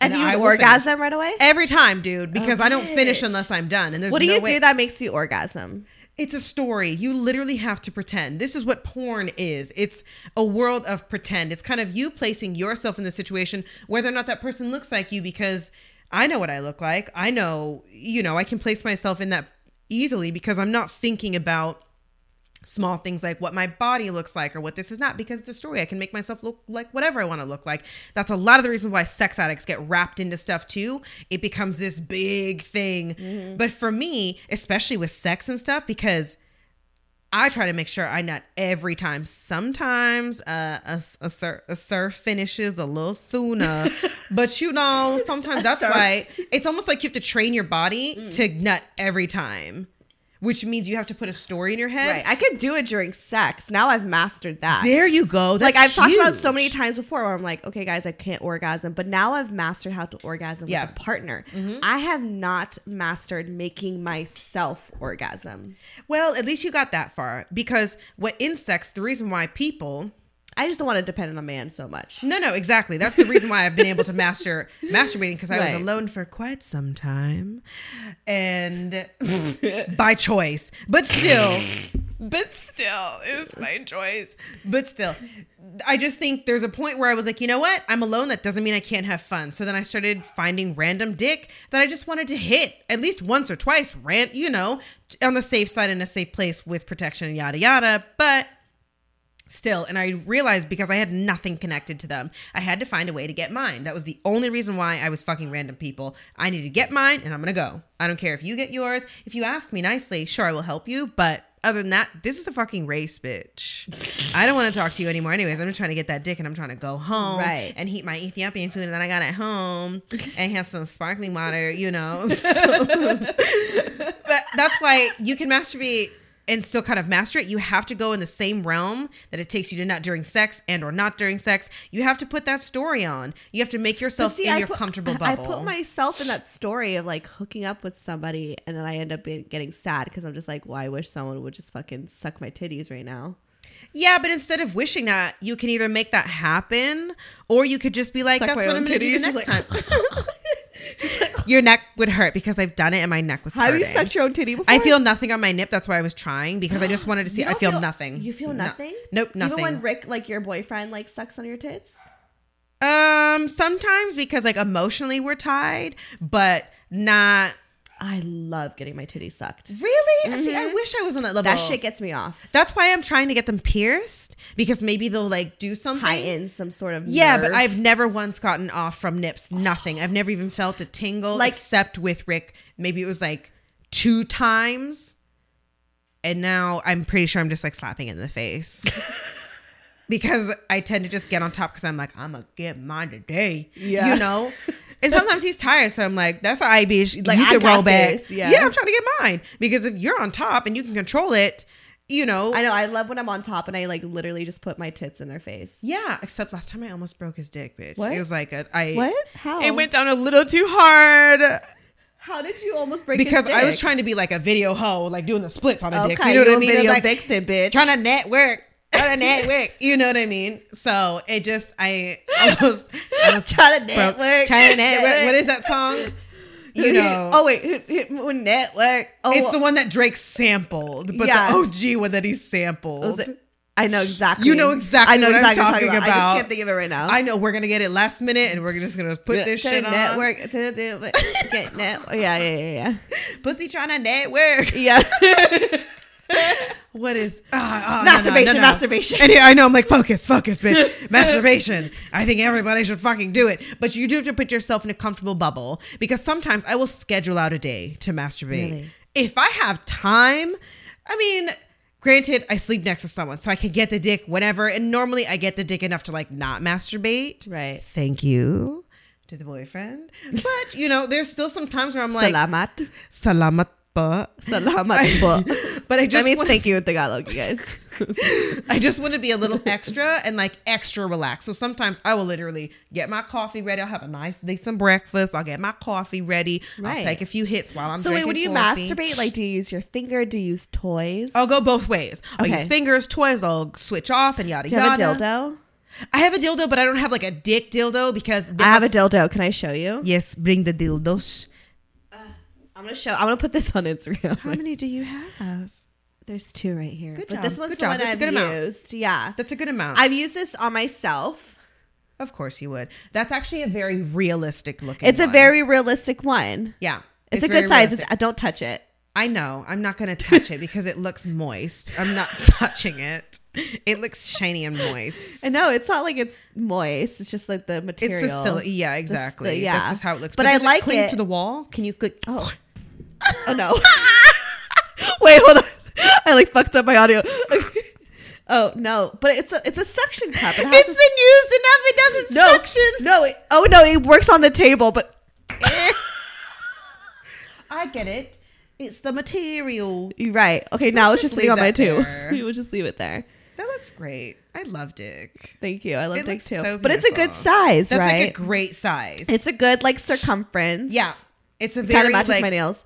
[SPEAKER 1] And,
[SPEAKER 3] And
[SPEAKER 1] you
[SPEAKER 3] I will
[SPEAKER 1] orgasm right away.
[SPEAKER 3] Every time, dude, because I don't finish
[SPEAKER 1] bitch.
[SPEAKER 3] unless I'm done. And there's
[SPEAKER 1] What do
[SPEAKER 3] no
[SPEAKER 1] you
[SPEAKER 3] way-
[SPEAKER 1] do that makes you orgasm?
[SPEAKER 3] It's a story. You literally have to pretend. This is what porn is. It's a world of pretend. It's kind of you placing yourself in the situation, whether or not that person looks like you, because I know what I look like. I know, you know, I can place myself in that easily because I'm not thinking about small things like what my body looks like or what this is not because it's a story i can make myself look like whatever i want to look like that's a lot of the reason why sex addicts get wrapped into stuff too it becomes this big thing but for me especially with sex and stuff because I try to make sure I nut every time. Sometimes uh, a, a, sir, a sir finishes a little sooner, but you know, sometimes that's why it's almost like you have to train your body to nut every time, which means you have to put a story in your head.
[SPEAKER 1] Right. I could do it during sex. Now I've mastered that.
[SPEAKER 3] There you go.
[SPEAKER 1] like I've
[SPEAKER 3] That's
[SPEAKER 1] talked about so
[SPEAKER 3] huge.
[SPEAKER 1] many times before where I'm like, okay, guys, I can't orgasm, but now I've mastered how to orgasm
[SPEAKER 3] Yeah. Mm-hmm.
[SPEAKER 1] with a partner. I have not mastered making myself orgasm.
[SPEAKER 3] Well, at least you got that far because what insects, the reason why people.
[SPEAKER 1] I just don't want to depend on a man so much.
[SPEAKER 3] No, no, exactly. That's the reason why I've been able to master masturbating because I
[SPEAKER 1] Right.
[SPEAKER 3] was alone for quite some time and by choice, but still, but still, it's my choice. But still, I just think there's a point where I was like, you know what? I'm alone. That doesn't mean I can't have fun. So then I started finding random dick that I just wanted to hit at least once or twice, rant, you know, on the safe side in a safe place with protection and yada yada. But still and i realized because i had nothing connected to them i had to find a way to get mine that was the only reason why i was fucking random people i need to get mine and i'm gonna go i don't care if you get yours if you ask me nicely sure i will help you but Other than that, this is a fucking race, bitch. I don't want to talk to you anymore. Anyways, I'm just trying to get that dick and I'm trying to go home
[SPEAKER 1] Right.
[SPEAKER 3] and heat my Ethiopian food that I got at home and have some sparkling water, you know. So- but that's why you can masturbate and still kind of master it. You have to go in the same realm that it takes you to not during sex and or not during sex. You have to put that story on. You have to make yourself in
[SPEAKER 1] I
[SPEAKER 3] your
[SPEAKER 1] put-
[SPEAKER 3] comfortable
[SPEAKER 1] I-
[SPEAKER 3] bubble.
[SPEAKER 1] I put myself in that story of like hooking up with somebody, and then I end up being, getting sad because I'm just like, well, I wish someone would just fucking suck my titties right now.
[SPEAKER 3] Yeah, but instead of wishing that, you can either make that happen, or you could just be like,
[SPEAKER 1] Suck
[SPEAKER 3] "That's
[SPEAKER 1] my
[SPEAKER 3] what
[SPEAKER 1] own
[SPEAKER 3] I'm going to do the
[SPEAKER 1] titties."
[SPEAKER 3] next
[SPEAKER 1] She's
[SPEAKER 3] time." Your neck would hurt because I've done it, and my neck was
[SPEAKER 1] Have
[SPEAKER 3] hurting.
[SPEAKER 1] you sucked your own titty before?
[SPEAKER 3] I feel nothing on my nip. That's why I was trying because I just wanted to see.
[SPEAKER 1] You
[SPEAKER 3] I
[SPEAKER 1] don't
[SPEAKER 3] feel, nothing.
[SPEAKER 1] You feel
[SPEAKER 3] No-
[SPEAKER 1] nothing.
[SPEAKER 3] nope, nothing.
[SPEAKER 1] Even when Rick, like your boyfriend, like sucks on your tits.
[SPEAKER 3] um, sometimes because like emotionally we're tied, but not
[SPEAKER 1] I love getting my titties sucked.
[SPEAKER 3] really. See, I wish I was on that level.
[SPEAKER 1] That shit gets me off.
[SPEAKER 3] That's why I'm trying to get them pierced because maybe they'll like do something.
[SPEAKER 1] Heighten some sort of
[SPEAKER 3] Yeah, but
[SPEAKER 1] nerve.
[SPEAKER 3] I've never once gotten off from nips. Nothing. I've never even felt a tingle
[SPEAKER 1] Like-
[SPEAKER 3] except with Rick. Maybe it was like two times. And now I'm pretty sure I'm just like slapping it in the face. because I tend to just get on top because I'm like, I'm going to get mine today.
[SPEAKER 1] Yeah.
[SPEAKER 3] You know? And sometimes he's tired, so I'm like, "That's all right, bitch. Like
[SPEAKER 1] You
[SPEAKER 3] I
[SPEAKER 1] can
[SPEAKER 3] can roll
[SPEAKER 1] got
[SPEAKER 3] back.
[SPEAKER 1] this, yeah.
[SPEAKER 3] Yeah. I'm trying to get mine because if you're on top and you can control it, you know.
[SPEAKER 1] I know. I love when I'm on top and I like literally just put my tits in their face.
[SPEAKER 3] yeah. Except last time I almost broke his dick, bitch.
[SPEAKER 1] What?
[SPEAKER 3] It was like a, I
[SPEAKER 1] What? How?
[SPEAKER 3] it went down a little too hard
[SPEAKER 1] How did you almost break? his
[SPEAKER 3] because I was
[SPEAKER 1] dick?
[SPEAKER 3] trying to be like a video hoe, like doing the splits on a dick.
[SPEAKER 1] Okay,
[SPEAKER 3] You know what
[SPEAKER 1] you
[SPEAKER 3] I
[SPEAKER 1] a
[SPEAKER 3] mean? It's
[SPEAKER 1] video
[SPEAKER 3] like,
[SPEAKER 1] vixen, bitch.
[SPEAKER 3] trying to network, trying to network. You know what I mean? So it just I almost I was
[SPEAKER 1] Trying to
[SPEAKER 3] broke-
[SPEAKER 1] network.
[SPEAKER 3] trying to network. What is that song? You know.
[SPEAKER 1] Oh wait, hit- hit- when network. Oh,
[SPEAKER 3] It's the one that Drake sampled, but
[SPEAKER 1] Yeah.
[SPEAKER 3] the OG one that he sampled.
[SPEAKER 1] was it- I know exactly.
[SPEAKER 3] You know exactly
[SPEAKER 1] I know
[SPEAKER 3] what I'm
[SPEAKER 1] exactly what
[SPEAKER 3] talking
[SPEAKER 1] I
[SPEAKER 3] about.
[SPEAKER 1] just can't think of it right now.
[SPEAKER 3] I know we're gonna get it last minute, and we're just gonna put this
[SPEAKER 1] Trying
[SPEAKER 3] shit
[SPEAKER 1] to
[SPEAKER 3] on.
[SPEAKER 1] network. trying to do it, Get net. Yeah, yeah, yeah,
[SPEAKER 3] Pussy trying to network.
[SPEAKER 1] yeah. Yeah.
[SPEAKER 3] What is ah, ah, no, no, no,
[SPEAKER 1] masturbation,
[SPEAKER 3] no.
[SPEAKER 1] masturbation.
[SPEAKER 3] And I know I'm like, focus, focus, bitch. Masturbation. I think everybody should fucking do it. But you do have to put yourself in a comfortable bubble because sometimes I will schedule out a day to masturbate.
[SPEAKER 1] Really?
[SPEAKER 3] If I have time, I mean, granted, I sleep next to someone, so I can get the dick whenever. And normally I get the dick enough to like not masturbate.
[SPEAKER 1] Right.
[SPEAKER 3] Thank you to the boyfriend. But, you know, there's still some times where I'm like,
[SPEAKER 1] Salamat.
[SPEAKER 3] salamat pa.
[SPEAKER 1] Salamat po.
[SPEAKER 3] But I
[SPEAKER 1] That
[SPEAKER 3] just
[SPEAKER 1] means
[SPEAKER 3] wanna-
[SPEAKER 1] thank you in Tagalog, you guys.
[SPEAKER 3] I just want to be a little extra and like extra relaxed. So sometimes I will literally get my coffee ready. I'll have a nice, decent breakfast. I'll get my coffee ready.
[SPEAKER 1] Right.
[SPEAKER 3] I'll take a few hits while I'm
[SPEAKER 1] so wait,
[SPEAKER 3] drinking
[SPEAKER 1] when you
[SPEAKER 3] coffee.
[SPEAKER 1] masturbate, like, do you use your finger? Do you use toys?
[SPEAKER 3] I'll go both ways. I'll
[SPEAKER 1] Okay.
[SPEAKER 3] use fingers, toys. I'll switch off and yada
[SPEAKER 1] do you have
[SPEAKER 3] yada.
[SPEAKER 1] a dildo?
[SPEAKER 3] I have a dildo, but I don't have like a dick dildo because
[SPEAKER 1] I have a
[SPEAKER 3] because-
[SPEAKER 1] dildo. Can I show you?
[SPEAKER 3] Yes, bring the dildos.
[SPEAKER 1] I'm gonna show. I'm gonna put this on Instagram.
[SPEAKER 3] How many do you have?
[SPEAKER 1] There's two right here.
[SPEAKER 3] Good
[SPEAKER 1] but
[SPEAKER 3] job.
[SPEAKER 1] this one's
[SPEAKER 3] Good
[SPEAKER 1] the
[SPEAKER 3] job.
[SPEAKER 1] one
[SPEAKER 3] That's a
[SPEAKER 1] I've
[SPEAKER 3] good amount.
[SPEAKER 1] used. Yeah.
[SPEAKER 3] That's a good amount.
[SPEAKER 1] I've used this on myself.
[SPEAKER 3] of course you would. That's actually a very realistic looking.
[SPEAKER 1] It's a
[SPEAKER 3] one.
[SPEAKER 1] very realistic one.
[SPEAKER 3] yeah.
[SPEAKER 1] It's, a
[SPEAKER 3] very
[SPEAKER 1] good size.
[SPEAKER 3] realistic.
[SPEAKER 1] It's, uh, don't touch it.
[SPEAKER 3] I know. I'm not going to touch it because it looks moist. I'm not touching it. It looks shiny and moist.
[SPEAKER 1] I know it's not like it's moist. It's just like the
[SPEAKER 3] It's
[SPEAKER 1] material.
[SPEAKER 3] the silly. Yeah, exactly.
[SPEAKER 1] yeah.
[SPEAKER 3] That's just how it looks.
[SPEAKER 1] But I
[SPEAKER 3] does
[SPEAKER 1] like
[SPEAKER 3] cling
[SPEAKER 1] it.
[SPEAKER 3] to the wall. Can you click?
[SPEAKER 1] Oh. oh no. Wait, hold on. I like fucked up my audio. oh no, but it's a it's a suction cup. Oh, It has
[SPEAKER 3] It's
[SPEAKER 1] a-
[SPEAKER 3] been used enough. It doesn't
[SPEAKER 1] no
[SPEAKER 3] suction.
[SPEAKER 1] No, it, oh no, it works on the table, but
[SPEAKER 3] I get it. It's the material.
[SPEAKER 1] you're right. Okay, now let's just
[SPEAKER 3] Let's just
[SPEAKER 1] leave it on my
[SPEAKER 3] leave
[SPEAKER 1] two.
[SPEAKER 3] that
[SPEAKER 1] we
[SPEAKER 3] there.
[SPEAKER 1] will just leave it there.
[SPEAKER 3] That looks great. I love dick.
[SPEAKER 1] Thank you. I love
[SPEAKER 3] It
[SPEAKER 1] dick
[SPEAKER 3] looks
[SPEAKER 1] too.
[SPEAKER 3] so
[SPEAKER 1] but it's a good
[SPEAKER 3] beautiful.
[SPEAKER 1] size,
[SPEAKER 3] That's
[SPEAKER 1] right?
[SPEAKER 3] like a great size.
[SPEAKER 1] it's a good like circumference.
[SPEAKER 3] yeah. It's a
[SPEAKER 1] kind
[SPEAKER 3] very
[SPEAKER 1] of matches
[SPEAKER 3] like
[SPEAKER 1] my nails.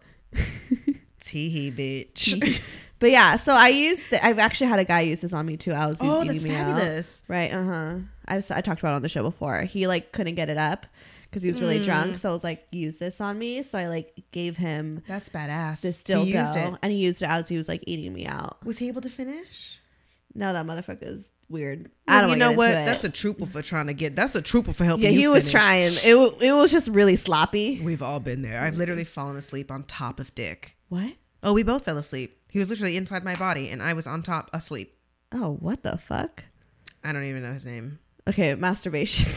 [SPEAKER 3] tee hee bitch.
[SPEAKER 1] But yeah, so I used. The, I've actually had a guy use this on me too. I was
[SPEAKER 3] oh,
[SPEAKER 1] eating
[SPEAKER 3] that's
[SPEAKER 1] me out.
[SPEAKER 3] fabulous.
[SPEAKER 1] Right. Uh huh. I've s- I talked about it on the show before. He like couldn't get it up because he was really
[SPEAKER 3] Mm.
[SPEAKER 1] drunk. So I was like, use this on me. So I like gave him
[SPEAKER 3] That's badass.
[SPEAKER 1] this
[SPEAKER 3] He used
[SPEAKER 1] dildo,
[SPEAKER 3] it.
[SPEAKER 1] and he used it as he was like eating me out.
[SPEAKER 3] Was he able to finish?
[SPEAKER 1] No, that motherfucker is weird. I
[SPEAKER 3] Well,
[SPEAKER 1] don't
[SPEAKER 3] you know what?
[SPEAKER 1] It.
[SPEAKER 3] That's a trooper for trying to get. That's a trooper for helping.
[SPEAKER 1] yeah.
[SPEAKER 3] you
[SPEAKER 1] He was
[SPEAKER 3] finish.
[SPEAKER 1] trying. It w- it was just really sloppy.
[SPEAKER 3] We've all been there. I've literally fallen asleep on top of Dick.
[SPEAKER 1] What?
[SPEAKER 3] Oh, we both fell asleep. He was literally inside my body, and I was on top asleep.
[SPEAKER 1] Oh, what the fuck?
[SPEAKER 3] I don't even know his name.
[SPEAKER 1] Okay, masturbation.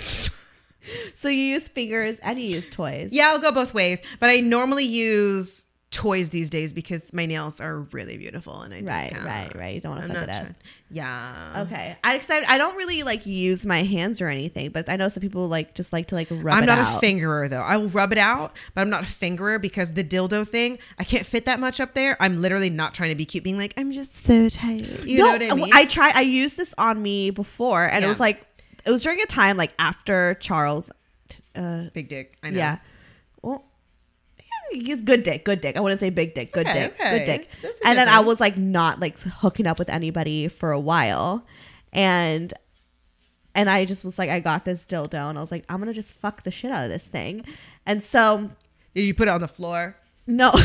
[SPEAKER 1] so you use fingers and you use toys.
[SPEAKER 3] Yeah, I'll go both ways, but I normally use toys these days because my nails are really beautiful and I
[SPEAKER 1] Right,
[SPEAKER 3] don't
[SPEAKER 1] right, right. You don't want
[SPEAKER 3] I'm
[SPEAKER 1] to fuck
[SPEAKER 3] not
[SPEAKER 1] it up.
[SPEAKER 3] trying. Yeah.
[SPEAKER 1] Okay, I except I don't really like use my hands or anything, but I know some people like just like to like rub.
[SPEAKER 3] I'm
[SPEAKER 1] it
[SPEAKER 3] not
[SPEAKER 1] out.
[SPEAKER 3] a fingerer though. I will rub it out, but I'm not a fingerer because the dildo thing, I can't fit that much up there. I'm literally not trying to be cute, being like, I'm just so tired. You
[SPEAKER 1] no,
[SPEAKER 3] know what I
[SPEAKER 1] w-
[SPEAKER 3] mean?
[SPEAKER 1] I tried. I used this on me before, and it
[SPEAKER 3] Yeah.
[SPEAKER 1] was like it was during a time like after Charles. Uh,
[SPEAKER 3] Big dick. I know.
[SPEAKER 1] yeah. Well, yeah, he's good dick, good dick. I wouldn't say big dick, good
[SPEAKER 3] Okay,
[SPEAKER 1] dick,
[SPEAKER 3] okay.
[SPEAKER 1] good dick.
[SPEAKER 3] That's a
[SPEAKER 1] And then I
[SPEAKER 3] difference.
[SPEAKER 1] was like not like hooking up with anybody for a while, and and I just was like, I got this dildo, and I was like, I'm gonna just fuck the shit out of this thing, and so
[SPEAKER 3] Did you put it on the floor?
[SPEAKER 1] no.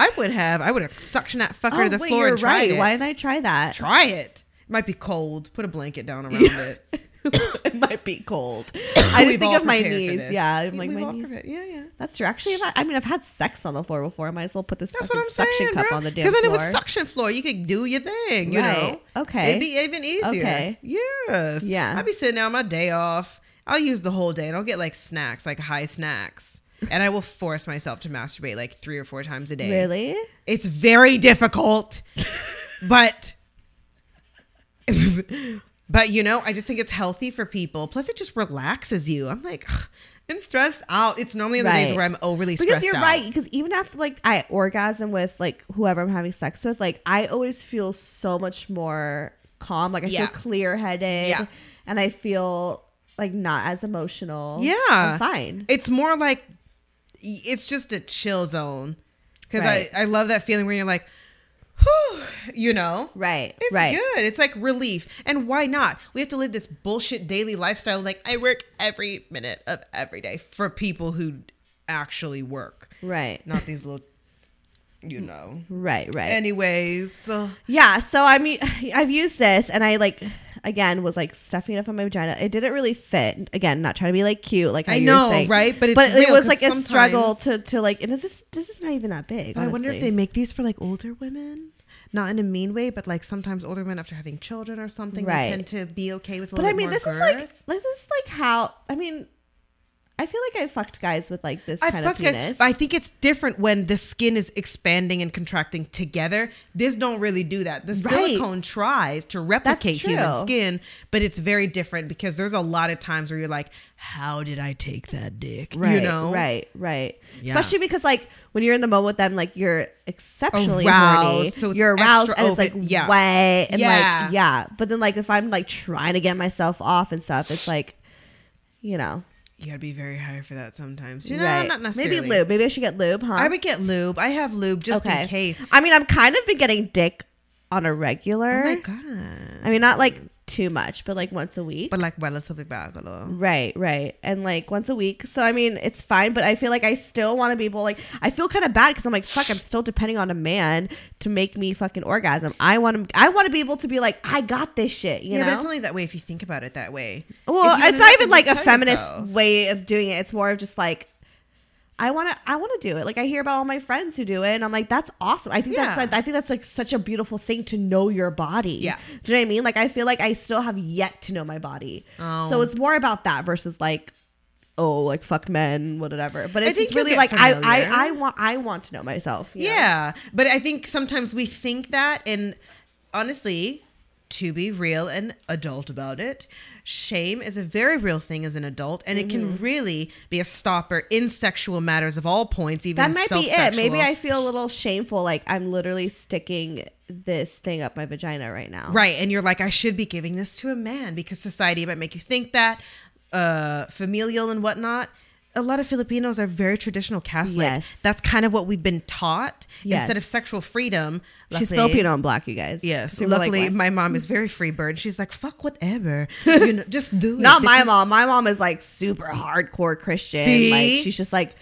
[SPEAKER 3] I would have. I would have suctioned that fucker
[SPEAKER 1] Oh,
[SPEAKER 3] to the
[SPEAKER 1] wait,
[SPEAKER 3] floor
[SPEAKER 1] you're
[SPEAKER 3] and tried
[SPEAKER 1] right.
[SPEAKER 3] it.
[SPEAKER 1] Why didn't I try that?
[SPEAKER 3] Try it. It might be cold. Put a blanket down around it.
[SPEAKER 1] it might be cold. I just
[SPEAKER 3] We've
[SPEAKER 1] think
[SPEAKER 3] all
[SPEAKER 1] of my
[SPEAKER 3] prepared for
[SPEAKER 1] knees.
[SPEAKER 3] this.
[SPEAKER 1] Yeah, I'm like
[SPEAKER 3] We've
[SPEAKER 1] my
[SPEAKER 3] all
[SPEAKER 1] knees.
[SPEAKER 3] prepared- Yeah, yeah.
[SPEAKER 1] That's true. Actually, if I, I mean, I've had sex on the floor before. I might as well put this
[SPEAKER 3] That's
[SPEAKER 1] fucking
[SPEAKER 3] what I'm
[SPEAKER 1] suction
[SPEAKER 3] saying,
[SPEAKER 1] cup
[SPEAKER 3] bro.
[SPEAKER 1] on the damn
[SPEAKER 3] Because
[SPEAKER 1] floor.
[SPEAKER 3] then it was suction floor. You could do your thing, you
[SPEAKER 1] Right.
[SPEAKER 3] know?
[SPEAKER 1] Okay.
[SPEAKER 3] It'd be even easier.
[SPEAKER 1] Okay.
[SPEAKER 3] Yes.
[SPEAKER 1] Yeah.
[SPEAKER 3] I'd be sitting there on my day off. I'll use the whole day and I'll get like snacks, like high snacks. And I will force myself to masturbate like three or four times a day.
[SPEAKER 1] really?
[SPEAKER 3] It's very difficult, but but you know, I just think it's healthy for people. Plus, it just relaxes you. I'm like, ugh, I'm stressed out. It's normally on the days
[SPEAKER 1] Right.
[SPEAKER 3] where I'm overly stressed
[SPEAKER 1] Because you're
[SPEAKER 3] out.
[SPEAKER 1] right. Because even after like I orgasm with like whoever I'm having sex with, like I always feel so much more calm. Like I
[SPEAKER 3] Yeah.
[SPEAKER 1] feel clear headed.
[SPEAKER 3] Yeah.
[SPEAKER 1] And I feel like not as emotional.
[SPEAKER 3] Yeah.
[SPEAKER 1] I'm fine.
[SPEAKER 3] It's more like it's just a chill zone because
[SPEAKER 1] Right.
[SPEAKER 3] I I love that feeling where you're like, whew, you know,
[SPEAKER 1] right.
[SPEAKER 3] It's
[SPEAKER 1] right.
[SPEAKER 3] good. It's like relief. And why not? We have to live this bullshit daily lifestyle. Like I work every minute of every day for people who actually work,
[SPEAKER 1] Right.
[SPEAKER 3] not these little, you know.
[SPEAKER 1] Right. Right.
[SPEAKER 3] Anyways, uh,
[SPEAKER 1] Yeah, so I mean, I've used this, and I like again was like stuffing it up on my vagina. It didn't really fit. Again, not trying to be like cute, like
[SPEAKER 3] I
[SPEAKER 1] how you were
[SPEAKER 3] know,
[SPEAKER 1] saying.
[SPEAKER 3] right? But it's
[SPEAKER 1] it
[SPEAKER 3] real,
[SPEAKER 1] was
[SPEAKER 3] 'cause
[SPEAKER 1] like a struggle to
[SPEAKER 3] sometimes-
[SPEAKER 1] to like, and this this is not even that big.
[SPEAKER 3] I wonder if
[SPEAKER 1] honestly.
[SPEAKER 3] they make these for like older women. Not in a mean way, but like sometimes older women after having children or something,
[SPEAKER 1] Right.
[SPEAKER 3] they tend to be okay with a
[SPEAKER 1] But
[SPEAKER 3] little
[SPEAKER 1] I mean,
[SPEAKER 3] more
[SPEAKER 1] this is
[SPEAKER 3] girth.
[SPEAKER 1] like this is like how I mean, I feel like I fucked guys with like this
[SPEAKER 3] I
[SPEAKER 1] kind of
[SPEAKER 3] fucked guys-
[SPEAKER 1] penis.
[SPEAKER 3] but I think it's different when the skin is expanding and contracting together. This don't really do that. The
[SPEAKER 1] Right.
[SPEAKER 3] silicone tries to replicate human
[SPEAKER 1] true.
[SPEAKER 3] skin, but it's very different because there's a lot of times where you're like, "How did I take that dick?"
[SPEAKER 1] Right,
[SPEAKER 3] you know,
[SPEAKER 1] right, right.
[SPEAKER 3] Yeah.
[SPEAKER 1] Especially because like when you're in the moment with them, like you're exceptionally
[SPEAKER 3] Aroused,
[SPEAKER 1] horny.
[SPEAKER 3] so it's
[SPEAKER 1] you're aroused,
[SPEAKER 3] extra
[SPEAKER 1] and it's like
[SPEAKER 3] open. Yeah.
[SPEAKER 1] wet, and
[SPEAKER 3] Yeah.
[SPEAKER 1] like yeah. But then like if I'm like trying to get myself off and stuff, it's like, you know,
[SPEAKER 3] You gotta be very high for that sometimes. You know,
[SPEAKER 1] right?
[SPEAKER 3] not necessarily.
[SPEAKER 1] Maybe lube. Maybe I should get lube, huh?
[SPEAKER 3] I would get lube. I have lube just in case.
[SPEAKER 1] I mean, I'm kind of been getting dick on a regular.
[SPEAKER 3] Oh my god!
[SPEAKER 1] I mean, not like too much, but like once a week.
[SPEAKER 3] But like relatively bad, below.
[SPEAKER 1] Right, right. And like once a week. So I mean, it's fine, but I feel like I still want to be able like I feel kind of bad cuz I'm like fuck, I'm still depending on a man to make me fucking orgasm. I want to I want to be able to be like I got this shit, you
[SPEAKER 3] yeah, but
[SPEAKER 1] know?
[SPEAKER 3] it's only that way if you think about it that way.
[SPEAKER 1] well,
[SPEAKER 3] If you
[SPEAKER 1] it's
[SPEAKER 3] wanna
[SPEAKER 1] not even
[SPEAKER 3] do it,
[SPEAKER 1] like a
[SPEAKER 3] just tell
[SPEAKER 1] feminist
[SPEAKER 3] yourself.
[SPEAKER 1] way of doing it. It's more of just like I want to I want to do it. Like I hear about all my friends who do it and I'm like that's awesome. I think
[SPEAKER 3] Yeah.
[SPEAKER 1] that's I think that's like such a beautiful thing to know your body.
[SPEAKER 3] Yeah.
[SPEAKER 1] Do you know what I mean? Like I feel like I still have yet to know my body.
[SPEAKER 3] Oh.
[SPEAKER 1] So it's more about that versus like oh like fuck men whatever. But it's
[SPEAKER 3] think
[SPEAKER 1] just
[SPEAKER 3] you'll
[SPEAKER 1] really like
[SPEAKER 3] get
[SPEAKER 1] I, I
[SPEAKER 3] familiar.
[SPEAKER 1] I want I want to know myself. you know?
[SPEAKER 3] Yeah. But I think sometimes we think that, and honestly, to be real and adult about it, shame is a very real thing as an adult, and it
[SPEAKER 1] Mm-hmm.
[SPEAKER 3] can really be a stopper in sexual matters of all points, even
[SPEAKER 1] That might be it.
[SPEAKER 3] self-sexual.
[SPEAKER 1] Maybe I feel a little shameful like I'm literally sticking this thing up my vagina right now.
[SPEAKER 3] Right. And you're like, I should be giving this to a man because society might make you think that, uh, familial and whatnot. A lot of Filipinos are very traditional Catholic.
[SPEAKER 1] Yes.
[SPEAKER 3] That's kind of what we've been taught.
[SPEAKER 1] Yes.
[SPEAKER 3] Instead of sexual freedom,
[SPEAKER 1] She's
[SPEAKER 3] luckily-
[SPEAKER 1] Filipino and black, you guys.
[SPEAKER 3] Yes.
[SPEAKER 1] People are like,
[SPEAKER 3] Luckily,
[SPEAKER 1] "What?"
[SPEAKER 3] my mom is very free bird. She's like, fuck whatever. You know, just do it.
[SPEAKER 1] not my
[SPEAKER 3] because-
[SPEAKER 1] mom. My mom is like super hardcore Christian.
[SPEAKER 3] See?
[SPEAKER 1] Like she's just like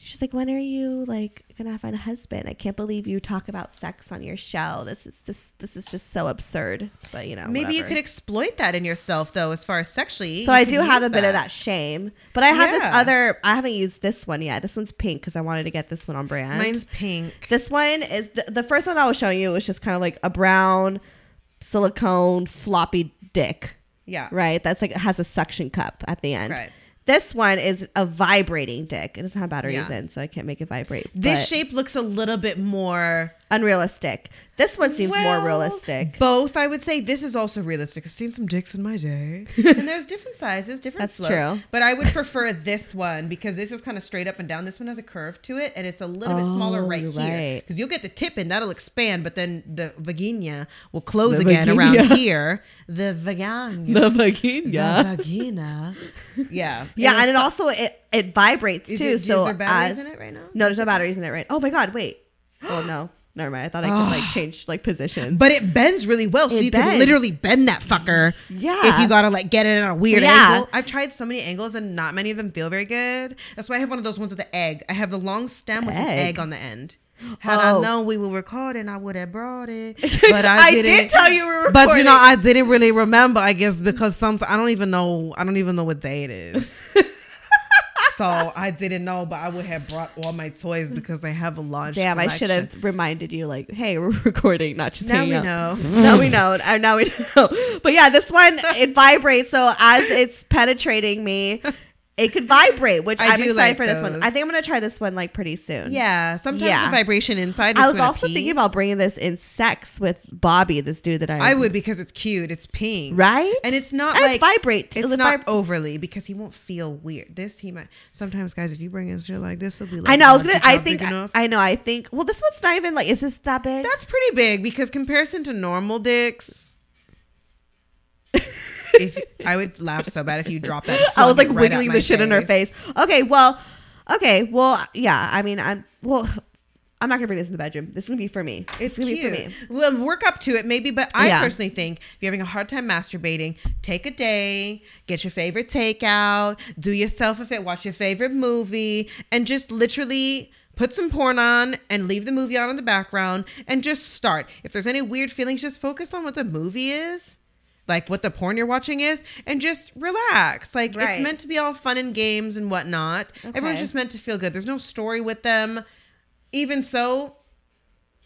[SPEAKER 1] she's like, when are you like gonna find a husband? I can't believe you talk about sex on your show. This is this this is just so absurd. But you know,
[SPEAKER 3] Maybe you
[SPEAKER 1] whatever.
[SPEAKER 3] could exploit that in yourself, though, as far as sexually.
[SPEAKER 1] So
[SPEAKER 3] You
[SPEAKER 1] I
[SPEAKER 3] could
[SPEAKER 1] do have
[SPEAKER 3] use
[SPEAKER 1] a bit of that shame, but I have this
[SPEAKER 3] Yeah.
[SPEAKER 1] other. I haven't used this one yet. This one's pink because I wanted to get this one on brand.
[SPEAKER 3] Mine's pink.
[SPEAKER 1] This one is the, the first one I was showing you was just kind of like a brown silicone floppy dick.
[SPEAKER 3] Yeah.
[SPEAKER 1] Right? That's like it has a suction cup at the end.
[SPEAKER 3] Right.
[SPEAKER 1] This one is a vibrating dick. It doesn't have batteries
[SPEAKER 3] Yeah.
[SPEAKER 1] in, so I can't make it vibrate.
[SPEAKER 3] This
[SPEAKER 1] but
[SPEAKER 3] shape looks a little bit more
[SPEAKER 1] unrealistic. This one seems
[SPEAKER 3] well,
[SPEAKER 1] more realistic.
[SPEAKER 3] Both, I would say. This is also realistic. I've seen some dicks in my day, and there's different sizes, different.
[SPEAKER 1] That's
[SPEAKER 3] slopes.
[SPEAKER 1] true.
[SPEAKER 3] But I would prefer this one because this is kind of straight up and down. This one has a curve to it, and it's a little bit smaller
[SPEAKER 1] Oh,
[SPEAKER 3] right
[SPEAKER 1] you're
[SPEAKER 3] here
[SPEAKER 1] right.
[SPEAKER 3] because you'll get the tip and that'll expand, but then the vagina will close
[SPEAKER 1] The
[SPEAKER 3] again around
[SPEAKER 1] vagina.
[SPEAKER 3] here. The vagina. The vagina. Yeah.
[SPEAKER 1] Yeah,
[SPEAKER 3] It'll
[SPEAKER 1] and it
[SPEAKER 3] suck-
[SPEAKER 1] also it it vibrates
[SPEAKER 3] Is
[SPEAKER 1] too.
[SPEAKER 3] it- is
[SPEAKER 1] so
[SPEAKER 3] there batteries
[SPEAKER 1] as-
[SPEAKER 3] in it right now?
[SPEAKER 1] No, there's no batteries in it right. Oh my god, wait. Oh no, never mind. I thought I could like change like positions.
[SPEAKER 3] But it bends really well, so
[SPEAKER 1] It
[SPEAKER 3] you can
[SPEAKER 1] bends.
[SPEAKER 3] literally bend that fucker.
[SPEAKER 1] Yeah.
[SPEAKER 3] If you gotta like get it at a weird
[SPEAKER 1] Yeah.
[SPEAKER 3] angle. I've tried so many angles and not many of them feel very good. That's why I have one of those ones with the egg. I have the long stem with an
[SPEAKER 1] Egg.
[SPEAKER 3] egg on the end. Had I
[SPEAKER 1] Oh.
[SPEAKER 3] known we were recording, I would have brought it. But I,
[SPEAKER 1] I did
[SPEAKER 3] didn't.
[SPEAKER 1] tell you we were
[SPEAKER 3] But you know, I
[SPEAKER 1] recording.
[SPEAKER 3] didn't really remember. I guess because some I don't even know. I don't even know what day it is. so I didn't know. But I would have brought all my toys because I have a large.
[SPEAKER 1] Damn, I should
[SPEAKER 3] collection.
[SPEAKER 1] have reminded you like, hey, we're recording, not just
[SPEAKER 3] Now
[SPEAKER 1] hanging
[SPEAKER 3] we
[SPEAKER 1] out.
[SPEAKER 3] know.
[SPEAKER 1] now we know. Uh, Now we know. But yeah, this one it vibrates. So as it's penetrating me, it could vibrate, which
[SPEAKER 3] I
[SPEAKER 1] I am
[SPEAKER 3] do
[SPEAKER 1] excited
[SPEAKER 3] like
[SPEAKER 1] for this one.
[SPEAKER 3] those.
[SPEAKER 1] I think I'm gonna try this one like pretty soon.
[SPEAKER 3] Yeah, sometimes
[SPEAKER 1] Yeah.
[SPEAKER 3] the vibration inside.
[SPEAKER 1] I
[SPEAKER 3] makes
[SPEAKER 1] was
[SPEAKER 3] me wanna
[SPEAKER 1] also
[SPEAKER 3] pee.
[SPEAKER 1] thinking about bringing this in sex with Bobby, this dude that I
[SPEAKER 3] I would because it's cute. It's pink,
[SPEAKER 1] right,
[SPEAKER 3] And it's not
[SPEAKER 1] And
[SPEAKER 3] like
[SPEAKER 1] vibrate.
[SPEAKER 3] It's
[SPEAKER 1] It'll
[SPEAKER 3] not
[SPEAKER 1] vib-
[SPEAKER 3] overly because he won't feel weird. This he might. Sometimes, guys, if you bring in shit like this, will be like.
[SPEAKER 1] I know. I was
[SPEAKER 3] "Mom,
[SPEAKER 1] gonna.
[SPEAKER 3] did
[SPEAKER 1] I
[SPEAKER 3] y'all
[SPEAKER 1] think.
[SPEAKER 3] big enough?"
[SPEAKER 1] I know. I think. Well, this one's not even like. Is this that big?
[SPEAKER 3] that's pretty big because comparison to normal dicks. if I would laugh so bad if you dropped that. and
[SPEAKER 1] I was like
[SPEAKER 3] flung it right at
[SPEAKER 1] wiggling
[SPEAKER 3] my
[SPEAKER 1] the shit in her face. Okay. Well. Okay. Well. Yeah. I mean. I'm. Well. I'm not gonna bring this in the bedroom. This is gonna be for me.
[SPEAKER 3] It's
[SPEAKER 1] gonna
[SPEAKER 3] cute.
[SPEAKER 1] be for me.
[SPEAKER 3] We'll work up to it maybe, but I
[SPEAKER 1] Yeah.
[SPEAKER 3] personally think if you're having a hard time masturbating, take a day, get your favorite takeout, do yourself a fit, watch your favorite movie, and just literally put some porn on and leave the movie on in the background and just start. If there's any weird feelings, just focus on what the movie is. Like what the porn you're watching is, and just relax. Like it's
[SPEAKER 1] Right.
[SPEAKER 3] meant to be all fun and games and whatnot. Everyone's
[SPEAKER 1] Okay.
[SPEAKER 3] just meant to feel good. There's no story with them. Even so,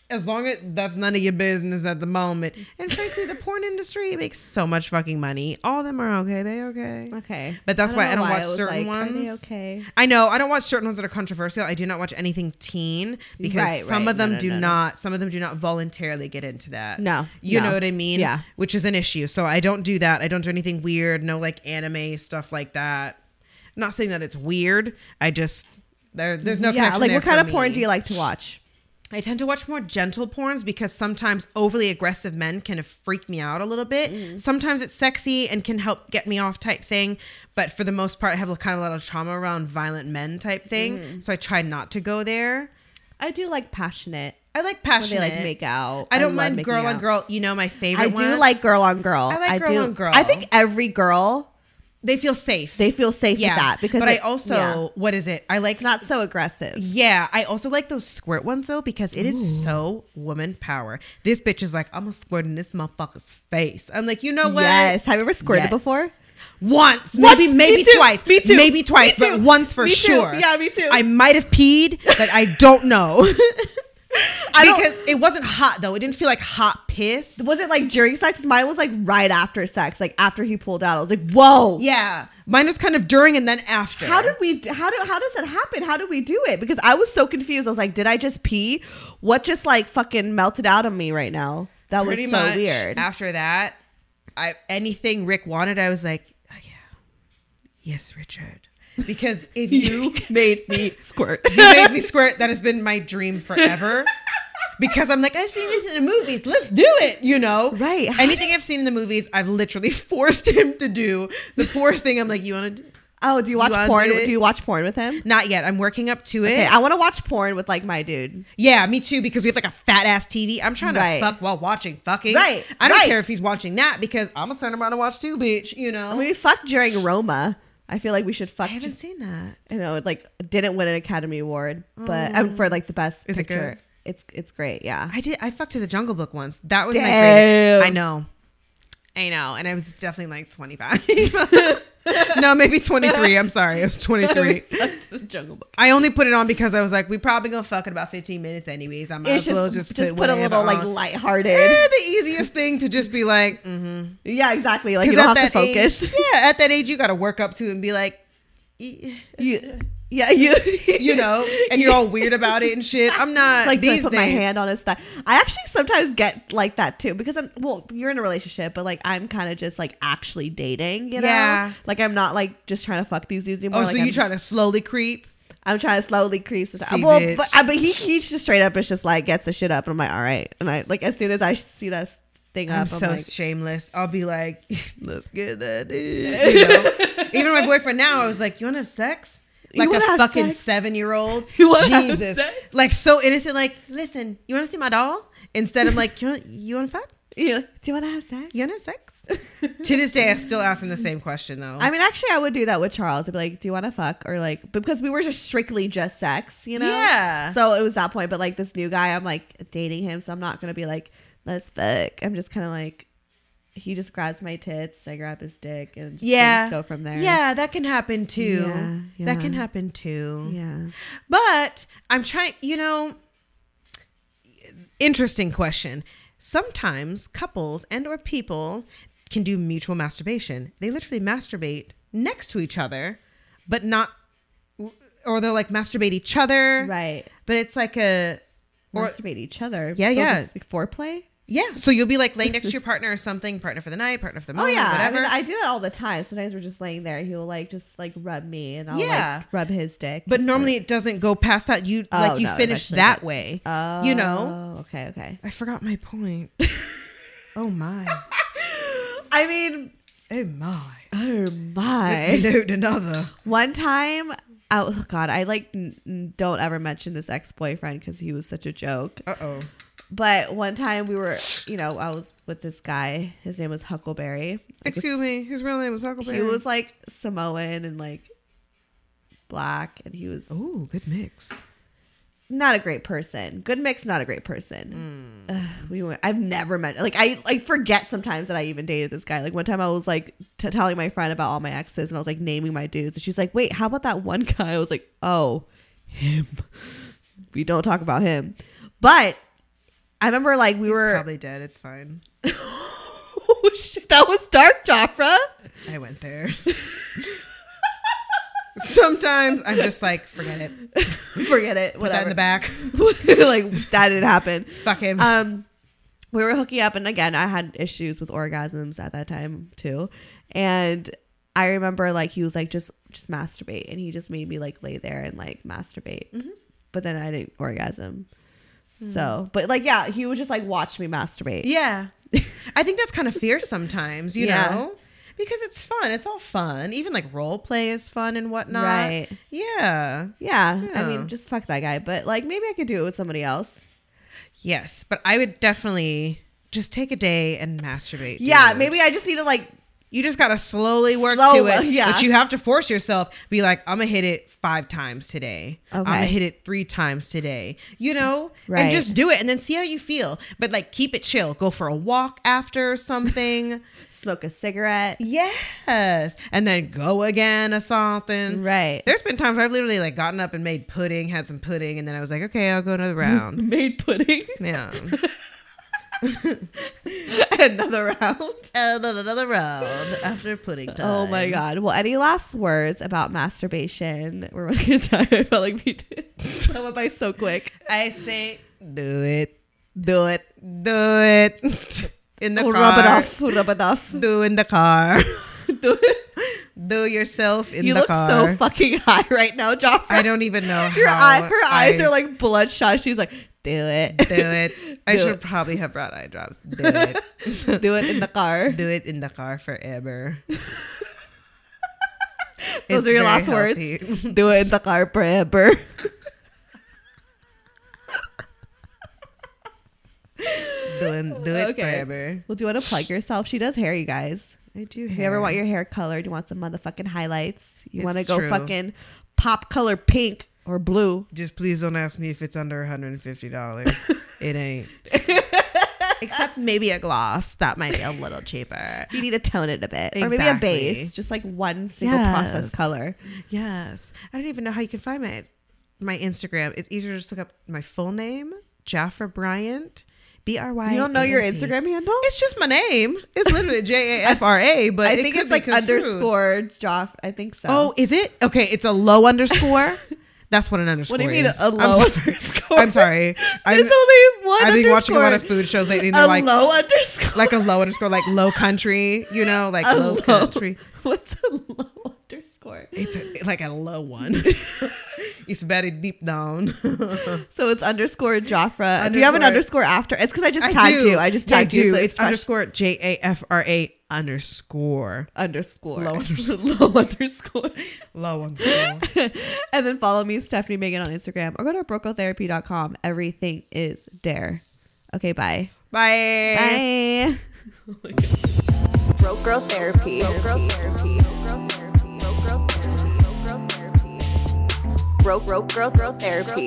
[SPEAKER 3] as long as that's none of your business at the moment. And frankly, the porn industry makes so much fucking money. All of them are okay. They okay.
[SPEAKER 1] Okay.
[SPEAKER 3] But that's why I
[SPEAKER 1] know
[SPEAKER 3] don't watch
[SPEAKER 1] was
[SPEAKER 3] certain
[SPEAKER 1] like, Are they
[SPEAKER 3] ones.
[SPEAKER 1] okay.
[SPEAKER 3] I know I don't watch certain ones that are controversial. I do not watch anything teen because
[SPEAKER 1] Right,
[SPEAKER 3] some
[SPEAKER 1] right.
[SPEAKER 3] of them
[SPEAKER 1] No, no,
[SPEAKER 3] do
[SPEAKER 1] no, no.
[SPEAKER 3] not. Some of them do not voluntarily get into that.
[SPEAKER 1] No,
[SPEAKER 3] you
[SPEAKER 1] no.
[SPEAKER 3] know what I mean.
[SPEAKER 1] Yeah.
[SPEAKER 3] which is an issue. So I don't do that. I don't do anything weird. No like anime stuff like that. I'm not saying that it's weird. I just there. There's no
[SPEAKER 1] yeah.
[SPEAKER 3] connection
[SPEAKER 1] Like,
[SPEAKER 3] there
[SPEAKER 1] what kind
[SPEAKER 3] for
[SPEAKER 1] of porn
[SPEAKER 3] me.
[SPEAKER 1] do you like to watch?
[SPEAKER 3] I tend to watch more gentle porns because sometimes overly aggressive men can freak me out a little bit.
[SPEAKER 1] Mm.
[SPEAKER 3] Sometimes it's sexy and can help get me off type thing, but for the most part, I have a kind of a lot of trauma around violent men type thing,
[SPEAKER 1] Mm.
[SPEAKER 3] so I try not to go there.
[SPEAKER 1] I do like passionate.
[SPEAKER 3] I like
[SPEAKER 1] When
[SPEAKER 3] passionate.
[SPEAKER 1] they like make out.
[SPEAKER 3] I don't
[SPEAKER 1] love
[SPEAKER 3] mind
[SPEAKER 1] making
[SPEAKER 3] girl on
[SPEAKER 1] out.
[SPEAKER 3] girl. You know my favorite.
[SPEAKER 1] I do
[SPEAKER 3] one.
[SPEAKER 1] like girl on girl.
[SPEAKER 3] I like girl
[SPEAKER 1] do.
[SPEAKER 3] on girl.
[SPEAKER 1] I think every girl
[SPEAKER 3] They feel safe.
[SPEAKER 1] they feel safe
[SPEAKER 3] yeah.
[SPEAKER 1] with that because
[SPEAKER 3] but I
[SPEAKER 1] it-
[SPEAKER 3] also
[SPEAKER 1] yeah.
[SPEAKER 3] what is it? I like
[SPEAKER 1] it's not so aggressive.
[SPEAKER 3] Yeah, I also like those squirt ones though because it is so woman power. This bitch is like, I'm gonna squirt in this motherfucker's face. I'm like, you know what?
[SPEAKER 1] Yes, have you ever squirted
[SPEAKER 3] Yes.
[SPEAKER 1] before?
[SPEAKER 3] Once,
[SPEAKER 1] Once.
[SPEAKER 3] maybe,
[SPEAKER 1] Me
[SPEAKER 3] maybe
[SPEAKER 1] too.
[SPEAKER 3] twice,
[SPEAKER 1] Me too.
[SPEAKER 3] maybe twice,
[SPEAKER 1] Me
[SPEAKER 3] but
[SPEAKER 1] too.
[SPEAKER 3] once for
[SPEAKER 1] Me too.
[SPEAKER 3] sure.
[SPEAKER 1] Yeah, me too.
[SPEAKER 3] I might have peed, but I don't know.
[SPEAKER 1] I don't-
[SPEAKER 3] because it wasn't hot though. It didn't feel like hot piss.
[SPEAKER 1] Was it like during sex? Mine was like right after sex, like after he pulled out. I was like, whoa.
[SPEAKER 3] Yeah, mine was kind of during and then after.
[SPEAKER 1] How did we? How do? How does that happen? How do we do it? Because I was so confused. I was like, did I just pee? What just like fucking melted out of me right now? That was
[SPEAKER 3] pretty
[SPEAKER 1] so
[SPEAKER 3] much
[SPEAKER 1] weird.
[SPEAKER 3] after that i anything rick wanted i was like oh yeah yes richard because if you
[SPEAKER 1] made me squirt.
[SPEAKER 3] you made me squirt that has been my dream forever because i'm like i've seen this in the movies let's do it you know
[SPEAKER 1] Right.
[SPEAKER 3] anything i've seen in the movies i've literally forced him to do the poor thing i'm like you want to
[SPEAKER 1] oh, do you watch
[SPEAKER 3] wanna
[SPEAKER 1] porn?
[SPEAKER 3] do it?
[SPEAKER 1] Do you watch porn with him?
[SPEAKER 3] not yet i'm working up to it
[SPEAKER 1] Okay, I want to watch porn with like my dude.
[SPEAKER 3] Yeah, me too, because we have like a fat ass TV. I'm trying
[SPEAKER 1] Right.
[SPEAKER 3] to fuck while watching fucking.
[SPEAKER 1] Right,
[SPEAKER 3] I don't
[SPEAKER 1] right.
[SPEAKER 3] care if he's watching that because I'm gonna turn around and watch too, bitch, you know.
[SPEAKER 1] I mean, we fucked during Roma. Oh, I feel like we should fuck.
[SPEAKER 3] I haven't seen that.
[SPEAKER 1] you know, it like didn't win an Academy Award, but um, for like the best
[SPEAKER 3] Mm. Is it
[SPEAKER 1] picture.
[SPEAKER 3] good?
[SPEAKER 1] It's it's great, yeah.
[SPEAKER 3] I did I fucked to the jungle book once. That was my
[SPEAKER 1] Damn.
[SPEAKER 3] favorite. I know. I know. And I was definitely like 25. no, maybe 23. I'm sorry. I was 23.
[SPEAKER 1] Jungle Book.
[SPEAKER 3] I only put it on because I was like, we probably gonna fuck in about 15 minutes anyways. I might
[SPEAKER 1] It's
[SPEAKER 3] as well
[SPEAKER 1] just
[SPEAKER 3] just,
[SPEAKER 1] just, put a
[SPEAKER 3] whatever
[SPEAKER 1] little like
[SPEAKER 3] on.
[SPEAKER 1] lighthearted.
[SPEAKER 3] Eh, the easiest thing to just be like, mm-hmm.
[SPEAKER 1] yeah, exactly. Like you
[SPEAKER 3] Because
[SPEAKER 1] don't have
[SPEAKER 3] at
[SPEAKER 1] to
[SPEAKER 3] that
[SPEAKER 1] focus.
[SPEAKER 3] Age, yeah, at that age, you got to work up to it and be like, you,
[SPEAKER 1] You, yeah, you.
[SPEAKER 3] you know, and you're all weird about it and shit. I'm
[SPEAKER 1] like
[SPEAKER 3] not like
[SPEAKER 1] do I
[SPEAKER 3] these
[SPEAKER 1] put
[SPEAKER 3] days.
[SPEAKER 1] my hand on his thigh. I actually sometimes get like that too because I'm well, you're in a relationship, but like I'm kind of just like actually dating, you know.
[SPEAKER 3] Yeah.
[SPEAKER 1] Like I'm not like just trying to fuck these dudes anymore.
[SPEAKER 3] Oh,
[SPEAKER 1] like
[SPEAKER 3] so you
[SPEAKER 1] I'm
[SPEAKER 3] trying to slowly creep?
[SPEAKER 1] I'm trying to slowly creep. this-
[SPEAKER 3] See,
[SPEAKER 1] well,
[SPEAKER 3] bitch.
[SPEAKER 1] but I, but he he just straight up is just like gets the shit up, and I'm like, all right, and I like as soon as I see that thing up,
[SPEAKER 3] I'm
[SPEAKER 1] I'm,
[SPEAKER 3] so
[SPEAKER 1] like,
[SPEAKER 3] shameless. I'll be like, let's get that in. You know? Even my boyfriend now, I was like, you want to have sex?
[SPEAKER 1] You
[SPEAKER 3] Like a
[SPEAKER 1] wanna have
[SPEAKER 3] fucking
[SPEAKER 1] sex?
[SPEAKER 3] seven year old.
[SPEAKER 1] You wanna have
[SPEAKER 3] Jesus.
[SPEAKER 1] sex?
[SPEAKER 3] Like so innocent. Like, listen, you want to see my doll? Instead, I'm like, you want you want to fuck?
[SPEAKER 1] you know, do you want to have sex?
[SPEAKER 3] You want to have sex? to this day, I still ask him the same question though.
[SPEAKER 1] I mean, actually, I would do that with Charles. I'd be like, "Do you want to fuck?" Or like, because we were just strictly just sex, you know.
[SPEAKER 3] Yeah.
[SPEAKER 1] So it was that point. But like this new guy, I'm like dating him, so I'm not gonna be like, "Let's fuck." I'm just kind of like, he just grabs my tits, I grab his dick, and just
[SPEAKER 3] yeah,
[SPEAKER 1] things go from there.
[SPEAKER 3] Yeah, that can happen too.
[SPEAKER 1] Yeah, yeah.
[SPEAKER 3] That can happen too.
[SPEAKER 1] yeah.
[SPEAKER 3] But I'm trying, you know, interesting question. Sometimes couples and or people can do mutual masturbation. They literally masturbate next to each other, but not or they'll like masturbate each other.
[SPEAKER 1] Right.
[SPEAKER 3] But it's like a Or-
[SPEAKER 1] Masturbate each other.
[SPEAKER 3] Yeah,
[SPEAKER 1] So
[SPEAKER 3] yeah.
[SPEAKER 1] just, like, foreplay.
[SPEAKER 3] yeah, so you'll be like laying next to your partner or something, partner for the night, partner for the
[SPEAKER 1] Oh
[SPEAKER 3] moment,
[SPEAKER 1] yeah, I,
[SPEAKER 3] whatever.
[SPEAKER 1] mean, I do that all the time. Sometimes we're just laying there. He will like just like rub me, and I'll
[SPEAKER 3] Yeah.
[SPEAKER 1] like rub his dick.
[SPEAKER 3] but normally it doesn't go past that. You
[SPEAKER 1] Oh,
[SPEAKER 3] like you
[SPEAKER 1] no, it
[SPEAKER 3] finish
[SPEAKER 1] eventually
[SPEAKER 3] that
[SPEAKER 1] gets-
[SPEAKER 3] way.
[SPEAKER 1] oh,
[SPEAKER 3] you know?
[SPEAKER 1] okay, okay.
[SPEAKER 3] I forgot my point. oh my.
[SPEAKER 1] I mean,
[SPEAKER 3] Oh my.
[SPEAKER 1] oh my.
[SPEAKER 3] Load another.
[SPEAKER 1] One time, oh God, I like n- n- don't ever mention this ex boyfriend because he was such a joke.
[SPEAKER 3] Uh oh.
[SPEAKER 1] But one time we were, you know, I was with this guy. His name was Huckleberry. Like,
[SPEAKER 3] Excuse me. His real name was Huckleberry.
[SPEAKER 1] He was like Samoan and like black, and he was
[SPEAKER 3] Ooh, good mix.
[SPEAKER 1] not a great person. Good mix, not a great person.
[SPEAKER 3] Mm.
[SPEAKER 1] Ugh, we went, I've never met like I like forget sometimes that I even dated this guy. Like one time I was like t- telling my friend about all my exes and I was like naming my dudes and she's like, "Wait, how about that one guy?" I was like, "Oh, him. We don't talk about him." But I remember like we
[SPEAKER 3] He's
[SPEAKER 1] were
[SPEAKER 3] probably dead. It's fine.
[SPEAKER 1] oh, shit, that was dark, Chopra.
[SPEAKER 3] I went there. Sometimes I'm just like, forget it. Put
[SPEAKER 1] Forget it.
[SPEAKER 3] that in
[SPEAKER 1] Whatever.
[SPEAKER 3] the back.
[SPEAKER 1] like that didn't happen.
[SPEAKER 3] Fuck him.
[SPEAKER 1] um we were hooking up and again i had issues with orgasms at that time too and i remember like he was like just just masturbate and he just made me like lay there and like masturbate but then i didn't orgasm so but like yeah he would just like watch me masturbate
[SPEAKER 3] yeah. I think that's kind of fierce sometimes, you
[SPEAKER 1] Yeah.
[SPEAKER 3] know? Because it's fun. It's all fun. Even like role play is fun and whatnot.
[SPEAKER 1] Right.
[SPEAKER 3] Yeah.
[SPEAKER 1] yeah, i
[SPEAKER 3] Yeah.
[SPEAKER 1] mean just fuck that guy but like maybe i could do it with somebody else
[SPEAKER 3] Yes. But I would definitely just take a day and masturbate.
[SPEAKER 1] yeah
[SPEAKER 3] dude.
[SPEAKER 1] maybe i just need to like
[SPEAKER 3] You just gotta slowly work
[SPEAKER 1] Slow-
[SPEAKER 3] to it.
[SPEAKER 1] yeah.
[SPEAKER 3] But you have to force yourself. Be like, I'm gonna hit it five times today. I'm gonna
[SPEAKER 1] Okay.
[SPEAKER 3] hit it three times today. You know?
[SPEAKER 1] Right.
[SPEAKER 3] And just do it and then see how you feel. But like keep it chill. Go for a walk after or something.
[SPEAKER 1] smoke a cigarette
[SPEAKER 3] yes. And then go again or something.
[SPEAKER 1] right
[SPEAKER 3] There's been times where I've literally like gotten up and made pudding, had some pudding, and then I was like, okay, I'll go another round.
[SPEAKER 1] made pudding
[SPEAKER 3] yeah.
[SPEAKER 1] another round
[SPEAKER 3] another, another round after pudding time.
[SPEAKER 1] Oh my god. Well, any last words about masturbation? We're running out of time. I felt like we did so by so quick.
[SPEAKER 3] I say, do it.
[SPEAKER 1] Do it.
[SPEAKER 3] Do it in the
[SPEAKER 1] We'll
[SPEAKER 3] car.
[SPEAKER 1] Oh, rub it off. We'll Rub it off.
[SPEAKER 3] Do in the car.
[SPEAKER 1] Do it.
[SPEAKER 3] Do yourself in
[SPEAKER 1] You
[SPEAKER 3] the
[SPEAKER 1] look
[SPEAKER 3] car.
[SPEAKER 1] so fucking high right now, Joffrey.
[SPEAKER 3] I don't even know.
[SPEAKER 1] Your
[SPEAKER 3] how
[SPEAKER 1] eye, her eyes
[SPEAKER 3] I
[SPEAKER 1] are like bloodshot. She's like, do it.
[SPEAKER 3] do it. I
[SPEAKER 1] Do
[SPEAKER 3] should
[SPEAKER 1] it.
[SPEAKER 3] probably have brought eye drops. Do it.
[SPEAKER 1] do it in the car.
[SPEAKER 3] do it in the car forever.
[SPEAKER 1] Those are your last words. Do it in the car forever.
[SPEAKER 3] Doing, do it
[SPEAKER 1] Okay.
[SPEAKER 3] forever.
[SPEAKER 1] well, do you want to plug yourself? She does hair, you guys.
[SPEAKER 3] I do.
[SPEAKER 1] If you ever want your hair colored, you want some motherfucking highlights, you
[SPEAKER 3] It's
[SPEAKER 1] want to go
[SPEAKER 3] true.
[SPEAKER 1] fucking pop color pink or blue.
[SPEAKER 3] Just please don't ask me if it's under one hundred and fifty dollars. it ain't. Except maybe a gloss that might be a little cheaper.
[SPEAKER 1] you need to tone it a bit or maybe a
[SPEAKER 3] Exactly.
[SPEAKER 1] base just like one single
[SPEAKER 3] Yes.
[SPEAKER 1] process color
[SPEAKER 3] Yes. I don't even know how you can find my my Instagram. It's easier to just look up my full name, Jaffa Bryant.
[SPEAKER 4] B R Y.
[SPEAKER 1] You don't know your
[SPEAKER 4] A-N-C.
[SPEAKER 1] Instagram handle?
[SPEAKER 3] It's just my name. It's literally J A F R A, but
[SPEAKER 1] I
[SPEAKER 3] it
[SPEAKER 1] think
[SPEAKER 3] could
[SPEAKER 1] it's
[SPEAKER 3] be
[SPEAKER 1] like
[SPEAKER 3] construed.
[SPEAKER 1] underscore Joff. I think so.
[SPEAKER 3] Oh, is it? Okay, it's a low underscore. That's what an underscore
[SPEAKER 1] what do you mean
[SPEAKER 3] is.
[SPEAKER 1] a low
[SPEAKER 3] I'm, so-
[SPEAKER 1] underscore?
[SPEAKER 3] I'm sorry. I'm,
[SPEAKER 1] It's only one.
[SPEAKER 3] I've been watching a lot of
[SPEAKER 1] underscore.
[SPEAKER 3] food shows lately. And they're
[SPEAKER 1] A
[SPEAKER 3] like
[SPEAKER 1] low underscore.
[SPEAKER 3] like a low underscore, like low country. You know, like
[SPEAKER 1] A
[SPEAKER 3] low, country.
[SPEAKER 1] What's a low underscore?
[SPEAKER 3] It's a, like a low one. it's very deep down.
[SPEAKER 1] So it's underscore Joffra. do you have an underscore
[SPEAKER 3] Underscore-
[SPEAKER 1] after? It's because I just
[SPEAKER 3] I
[SPEAKER 1] tagged
[SPEAKER 3] do.
[SPEAKER 1] you. I just
[SPEAKER 3] Yeah,
[SPEAKER 1] tagged you. So
[SPEAKER 3] it's
[SPEAKER 1] it's fresh.
[SPEAKER 3] underscore J A F R A underscore
[SPEAKER 1] underscore
[SPEAKER 3] Low underscore.
[SPEAKER 1] low underscore.
[SPEAKER 3] low underscore.
[SPEAKER 1] and then follow me, Stephanie Megan, on Instagram or go to brocotherapy.com. Everything is dare. Okay, bye.
[SPEAKER 3] Bye.
[SPEAKER 1] Bye.
[SPEAKER 5] Broke Girl Therapy. Broke Girl Therapy. Broke Girl Therapy. Broke Girl Therapy. Broke Girl Therapy. Broke Broke Girl Girl Therapy.